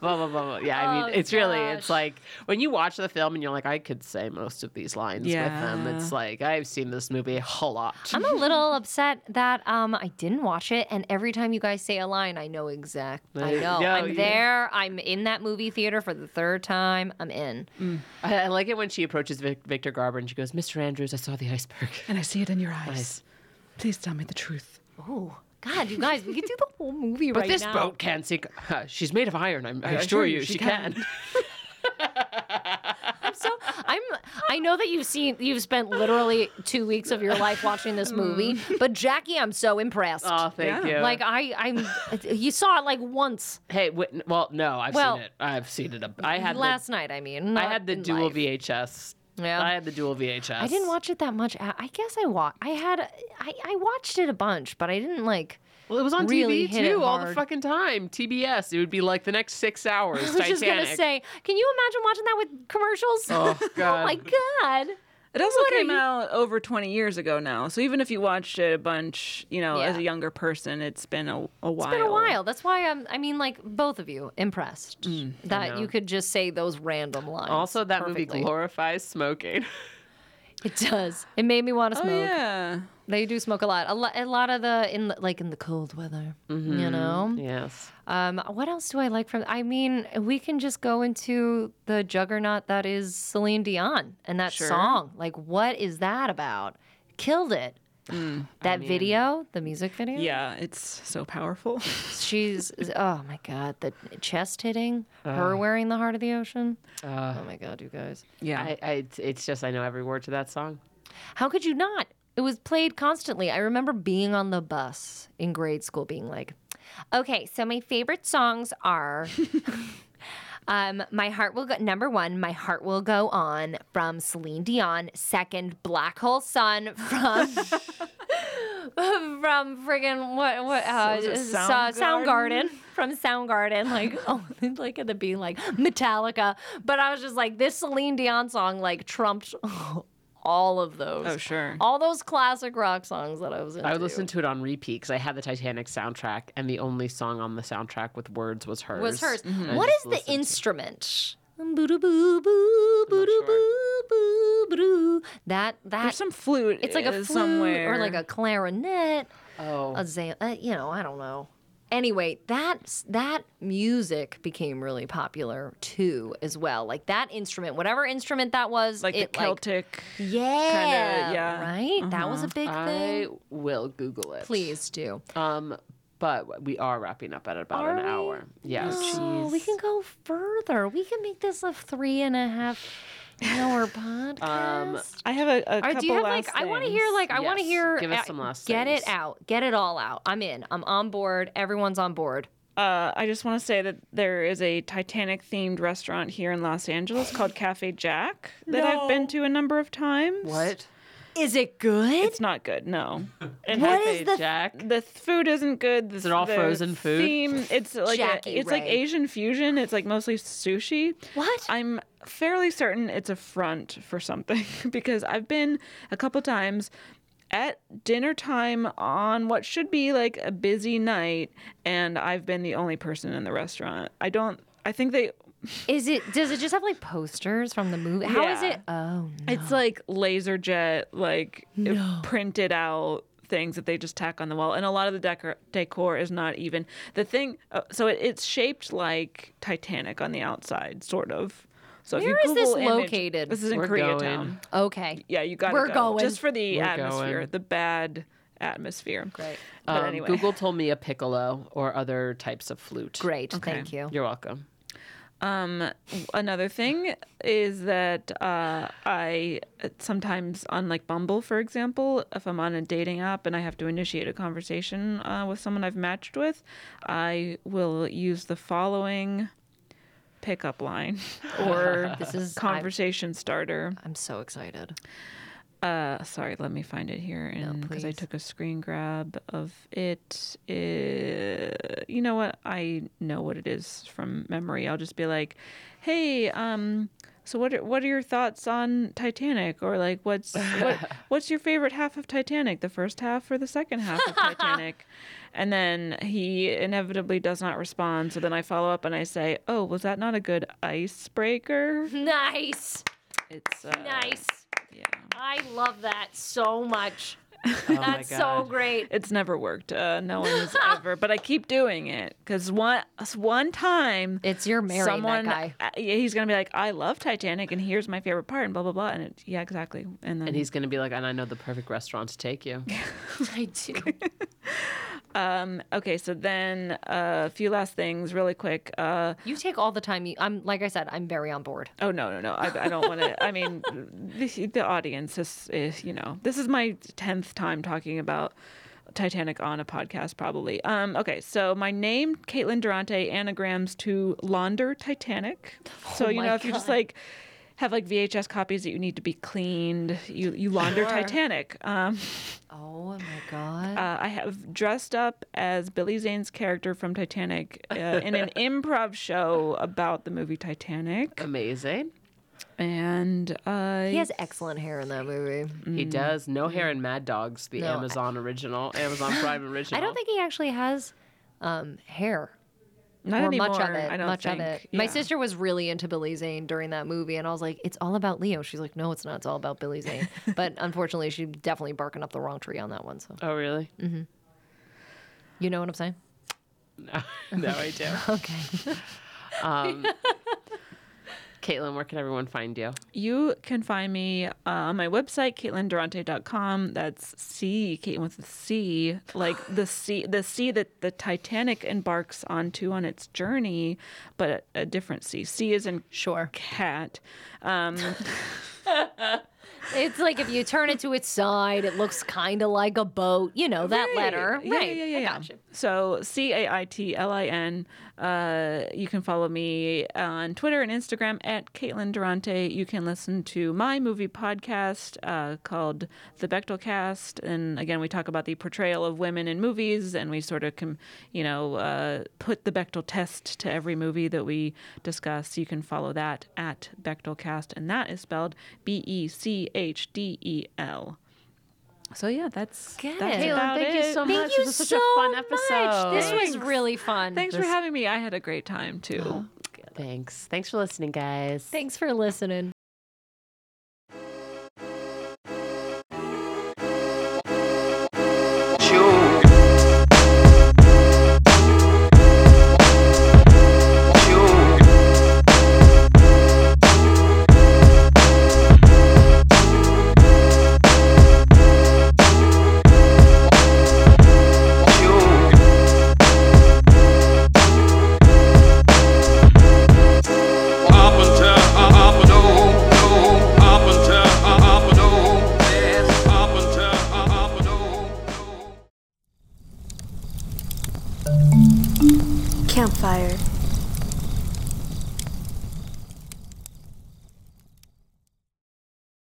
[SPEAKER 2] Blah, blah, blah, blah. Yeah, I mean,
[SPEAKER 1] Oh,
[SPEAKER 2] it's really, it's
[SPEAKER 1] gosh.
[SPEAKER 2] like when you watch the film and you're like, I could say most of these lines with them.
[SPEAKER 4] Yeah.
[SPEAKER 2] It's like, I've seen this movie a whole lot.
[SPEAKER 1] I'm a little upset that um, I didn't watch it, and every time you guys say a line, I know exact. I
[SPEAKER 2] (laughs) Right.
[SPEAKER 1] know.
[SPEAKER 2] Yeah,
[SPEAKER 1] I'm
[SPEAKER 2] yeah.
[SPEAKER 1] there. I'm in that movie theater for the third time. I'm in.
[SPEAKER 2] I, I like it when she approaches Vic- Victor Garber and she goes, Mr. Andrews, I saw
[SPEAKER 1] (laughs)
[SPEAKER 2] the iceberg.
[SPEAKER 4] and I see it in your eyes. Please tell me the truth.
[SPEAKER 1] Oh God, you guys, we could do the whole movie
[SPEAKER 2] But
[SPEAKER 1] right
[SPEAKER 2] this
[SPEAKER 1] now.
[SPEAKER 2] boat can't sink. she's made of iron. I'm, I, assure you, she, can.
[SPEAKER 1] (laughs) I'm so I'm. I know that you've seen. You've spent literally two weeks of your life watching this movie, but Jackie, I'm so impressed.
[SPEAKER 2] Mm. oh, thank
[SPEAKER 4] Yeah.
[SPEAKER 2] you.
[SPEAKER 1] like uh, I, I'm. You saw it like once
[SPEAKER 2] hey, wait, n- well, no, I've
[SPEAKER 1] Well-
[SPEAKER 2] seen it. I've seen it. A, I had
[SPEAKER 1] last
[SPEAKER 2] the,
[SPEAKER 1] night. I mean,
[SPEAKER 2] I
[SPEAKER 1] not
[SPEAKER 2] had the
[SPEAKER 1] in
[SPEAKER 2] dual
[SPEAKER 1] life.
[SPEAKER 2] VHS.
[SPEAKER 1] Yeah.
[SPEAKER 2] I had the dual VHS.
[SPEAKER 1] I didn't watch it that much. I I guess I wa- I had I, I watched it a bunch, but I didn't like.
[SPEAKER 2] Well, it was on
[SPEAKER 1] really
[SPEAKER 2] TV
[SPEAKER 1] hit it
[SPEAKER 2] too, all the
[SPEAKER 1] hard.
[SPEAKER 2] fucking time. TBS. It would be like the next six hours.
[SPEAKER 1] (laughs) I was just gonna say, can you imagine watching that with commercials? (laughs)
[SPEAKER 2] (laughs) Oh, God.
[SPEAKER 1] my god!
[SPEAKER 4] It also
[SPEAKER 1] What are
[SPEAKER 4] came
[SPEAKER 1] you-
[SPEAKER 4] out over 20 years ago now. So even if you watched it a bunch, you know, as
[SPEAKER 1] Yeah.
[SPEAKER 4] a younger person, it's been a, a while.
[SPEAKER 1] It's been a while. That's why I'm. I mean, like both of you, impressed that you could just say those random lines.
[SPEAKER 2] Mm, Also, that
[SPEAKER 1] perfectly.
[SPEAKER 2] movie glorifies smoking. (laughs)
[SPEAKER 1] It does. It made me want to
[SPEAKER 4] Oh,
[SPEAKER 1] smoke.
[SPEAKER 4] yeah.
[SPEAKER 1] They do smoke a lot. A, lo- a lot of the in the, like in the cold weather.
[SPEAKER 2] Mm-hmm.
[SPEAKER 1] You know.
[SPEAKER 2] yes.
[SPEAKER 1] Um, what else do I like from? I mean, we can just go into the juggernaut that is Celine Dion and that
[SPEAKER 4] Sure.
[SPEAKER 1] song. Like, what is that about? Killed it. that video, the music video.
[SPEAKER 4] Mm, Yeah, it's so (laughs) powerful.
[SPEAKER 1] she's. Oh my god, the chest hitting, her wearing the heart of the ocean. oh my god, you guys,
[SPEAKER 4] Yeah.
[SPEAKER 2] I, I, it's- it's just I know every word to that song.
[SPEAKER 1] how could you not? It was played constantly. I remember being on the bus in grade school, being like, "Okay, so my favorite songs
[SPEAKER 4] (laughs)
[SPEAKER 1] are." Um, my heart will go number one. My heart will go on from Celine Dion. Second, Black Hole Sun (laughs) from
[SPEAKER 4] (laughs)
[SPEAKER 1] from friggin' what what uh,
[SPEAKER 4] So is it
[SPEAKER 1] Sa-
[SPEAKER 4] Soundgarden?
[SPEAKER 1] Soundgarden from Soundgarden. Like (laughs) oh, like at the being like Metallica. But I was just like this Celine Dion song like trumped (laughs) all of those.
[SPEAKER 4] Oh, sure.
[SPEAKER 1] all those classic rock songs that I was into.
[SPEAKER 2] I would listen to it on repeat because I had the Titanic soundtrack, and the only song on the soundtrack with words was hers.
[SPEAKER 1] was hers. Mm-hmm.
[SPEAKER 2] And I
[SPEAKER 1] What
[SPEAKER 2] just
[SPEAKER 1] is the
[SPEAKER 2] listened-
[SPEAKER 1] instrument? Boo doo boo boo boo doo boo boo boo. That that
[SPEAKER 4] There's some flute.
[SPEAKER 1] it's like a
[SPEAKER 4] uh,
[SPEAKER 1] flute
[SPEAKER 4] somewhere.
[SPEAKER 1] or like a clarinet,
[SPEAKER 2] Oh,
[SPEAKER 1] a zam, uh, you know, I don't know. Anyway, that that music became really popular too, as well. Like that instrument, whatever instrument that was,
[SPEAKER 4] like
[SPEAKER 1] it,
[SPEAKER 4] the Celtic.
[SPEAKER 1] yeah,
[SPEAKER 4] yeah.
[SPEAKER 1] right. That was a big
[SPEAKER 2] I
[SPEAKER 1] thing.
[SPEAKER 2] will Google it.
[SPEAKER 1] Please do.
[SPEAKER 2] Um, but we are wrapping up at about
[SPEAKER 1] Are
[SPEAKER 2] an
[SPEAKER 1] we?
[SPEAKER 2] hour. Yeah.
[SPEAKER 1] Oh, we can go further. We can make this a three and a half hour podcast.
[SPEAKER 4] I have a, a
[SPEAKER 1] Or
[SPEAKER 4] couple
[SPEAKER 1] do you have
[SPEAKER 4] last
[SPEAKER 1] like? I want to
[SPEAKER 4] things.
[SPEAKER 1] hear like. I want to
[SPEAKER 2] Yes.
[SPEAKER 1] hear.
[SPEAKER 2] Give us
[SPEAKER 1] uh,
[SPEAKER 2] some last
[SPEAKER 1] Get
[SPEAKER 2] things.
[SPEAKER 1] it out. Get it all out. I'm in. I'm on board. Everyone's on board.
[SPEAKER 4] Uh, I just want to say that there is a Titanic themed restaurant here in Los Angeles called Cafe Jack that I've been to a number of times.
[SPEAKER 2] What?
[SPEAKER 1] Is it good?
[SPEAKER 4] It's not good. No. (laughs) It
[SPEAKER 1] What
[SPEAKER 4] has-
[SPEAKER 1] is
[SPEAKER 2] Hey,
[SPEAKER 1] the-
[SPEAKER 2] Jack?
[SPEAKER 4] the food isn't good. Is
[SPEAKER 2] it all frozen food?
[SPEAKER 4] Theme, it's like a,
[SPEAKER 1] Jackie
[SPEAKER 4] it's like
[SPEAKER 1] Ray.
[SPEAKER 4] Asian fusion. It's like mostly sushi.
[SPEAKER 1] What?
[SPEAKER 4] I'm fairly certain it's a front for something (laughs) because I've been a couple times at dinner time on what should be like a busy night, and I've been the only person in the restaurant. I don't. I think they.
[SPEAKER 1] Is it? Does it just have like posters from the movie? How is
[SPEAKER 4] Yeah.
[SPEAKER 1] it? Oh no.
[SPEAKER 4] It's like laser jet, like printed out things that they just tack on the wall, and a lot of the decor, decor is not even the thing. Uh, so it, it's shaped like Titanic on the outside, sort of. So if you
[SPEAKER 1] Where is this
[SPEAKER 4] Google image-
[SPEAKER 1] located?
[SPEAKER 4] This is in
[SPEAKER 2] We're
[SPEAKER 4] Koreatown.
[SPEAKER 2] going.
[SPEAKER 1] Okay.
[SPEAKER 4] Yeah, you gotta
[SPEAKER 1] We're
[SPEAKER 4] go.
[SPEAKER 1] going.
[SPEAKER 4] just for the
[SPEAKER 2] We're
[SPEAKER 4] atmosphere,
[SPEAKER 2] going.
[SPEAKER 4] the bad atmosphere.
[SPEAKER 1] Great.
[SPEAKER 4] But
[SPEAKER 2] Um,
[SPEAKER 4] anyway,
[SPEAKER 2] Google told me a piccolo or other types of flute.
[SPEAKER 1] Great.
[SPEAKER 4] Okay.
[SPEAKER 1] Thank you.
[SPEAKER 2] You're welcome.
[SPEAKER 4] Um, another thing is that uh, I sometimes on like Bumble, for example, if I'm on a dating app and I have to initiate a conversation uh, with someone I've matched with, I will use the following
[SPEAKER 1] (laughs)
[SPEAKER 4] pickup line or
[SPEAKER 1] This is- I-
[SPEAKER 4] conversation starter.
[SPEAKER 1] I'm so excited.
[SPEAKER 4] Uh, sorry, let me find it here because I
[SPEAKER 1] please.
[SPEAKER 4] took a screen grab of it. Uh, you know what? I know what it is from memory. I'll just be like, "Hey, um, so what? Are, what are your thoughts on Titanic? Or like, what's what,
[SPEAKER 1] (laughs)
[SPEAKER 4] what's your favorite half of Titanic? The first half or the second half
[SPEAKER 1] (laughs)
[SPEAKER 4] of Titanic?" And then he inevitably does not respond. So then I follow up and I say, "Oh, was that not a good
[SPEAKER 1] (laughs)
[SPEAKER 4] icebreaker?"
[SPEAKER 1] Nice.
[SPEAKER 4] It's uh,
[SPEAKER 1] Nice.
[SPEAKER 4] Yeah.
[SPEAKER 1] I love that so much.
[SPEAKER 2] Oh my
[SPEAKER 1] That's so
[SPEAKER 2] God.
[SPEAKER 1] great.
[SPEAKER 4] It's never worked. Uh, no one has ever. But I keep doing it because one one time
[SPEAKER 1] It's your marrying
[SPEAKER 4] someone
[SPEAKER 1] that guy.
[SPEAKER 4] uh, yeah, he's gonna be like, "I love Titanic," and here's my favorite part, and blah blah blah. And it, yeah, exactly. And then
[SPEAKER 2] And he's going to be like, and I know the perfect restaurant to take
[SPEAKER 1] (laughs)
[SPEAKER 2] you.
[SPEAKER 1] (laughs) I do.
[SPEAKER 4] um, okay. So then uh, a few last things, really quick. Uh,
[SPEAKER 1] You take all the time. You, I'm like I said, I'm very on board.
[SPEAKER 4] oh no no no, I, I don't want to. I mean, (laughs) the, the audience is, is you know this is my tenth time talking about. Titanic on a podcast, probably. Um, okay, so my name, Caitlin Durante, anagrams to launder Titanic. So
[SPEAKER 1] Oh
[SPEAKER 4] you
[SPEAKER 1] my
[SPEAKER 4] know, if you just
[SPEAKER 1] God.
[SPEAKER 4] like have like VHS copies that you need to be cleaned, you you launder Titanic. Um,
[SPEAKER 1] Oh my god.
[SPEAKER 4] uh, I have dressed up as Billy Zane's character from Titanic uh, in
[SPEAKER 1] (laughs)
[SPEAKER 4] an improv show about the movie Titanic,
[SPEAKER 2] Amazing.
[SPEAKER 4] and uh,
[SPEAKER 1] Um, he has excellent hair in that movie.
[SPEAKER 2] He does. No hair in Mad Dogs, the
[SPEAKER 1] Mm. No, I-
[SPEAKER 2] Amazon original, Amazon Prime original.
[SPEAKER 1] (laughs) I don't think he actually has um, hair
[SPEAKER 4] not
[SPEAKER 1] or
[SPEAKER 4] anymore.
[SPEAKER 1] much of it.
[SPEAKER 4] I don't
[SPEAKER 1] much
[SPEAKER 4] think.
[SPEAKER 1] of it. My
[SPEAKER 4] Yeah.
[SPEAKER 1] sister was really into Billy Zane during that movie, and I was like, "It's all about Leo." She's like, "No, it's not. It's all about Billy Zane." but unfortunately, she definitely barking up the wrong tree on that one. So
[SPEAKER 2] Oh, really?
[SPEAKER 1] you know what I'm saying?
[SPEAKER 2] No, (laughs) no, I do.
[SPEAKER 1] Okay.
[SPEAKER 2] Caitlin, where can everyone find you?
[SPEAKER 4] You can find me uh, on my website, CaitlinDurante.com. That's C, Caitlin with the C, like (gasps) the sea, the sea that the Titanic embarks onto on its journey, but a, a different sea. C is in
[SPEAKER 1] Sure.
[SPEAKER 4] cat. Um,
[SPEAKER 1] (laughs) It's like if you turn it to its side, it looks kind of like a boat. You know that letter,
[SPEAKER 4] Yeah,
[SPEAKER 1] right?
[SPEAKER 4] Yeah, yeah, yeah. So C A I T L I N. Uh, you can follow me on Twitter and Instagram at Caitlin Durante. You can listen to my movie podcast uh, called The Bechtel Cast, and again we talk about the portrayal of women in movies, and we sort of com- you know uh, put the Bechtel test to every movie that we discuss. You can follow that at Bechtelcast, and that is spelled B E C H D E L. So yeah, that's
[SPEAKER 1] Get
[SPEAKER 4] that's
[SPEAKER 1] it. Caitlin,
[SPEAKER 4] about
[SPEAKER 2] thank
[SPEAKER 4] it.
[SPEAKER 2] you so much.
[SPEAKER 1] Thank
[SPEAKER 2] This
[SPEAKER 1] you
[SPEAKER 2] was such
[SPEAKER 1] so
[SPEAKER 2] a fun
[SPEAKER 1] much.
[SPEAKER 2] episode.
[SPEAKER 1] This was really fun.
[SPEAKER 4] Thanks for having me. I had a great time too.
[SPEAKER 2] Thanks. Thanks for listening, guys.
[SPEAKER 1] Thanks for listening.
[SPEAKER 3] Chew. Chew. Chew. Up until up and oh, oh, up until up and oh, yes, up until uh, up and oh.
[SPEAKER 5] Campfire.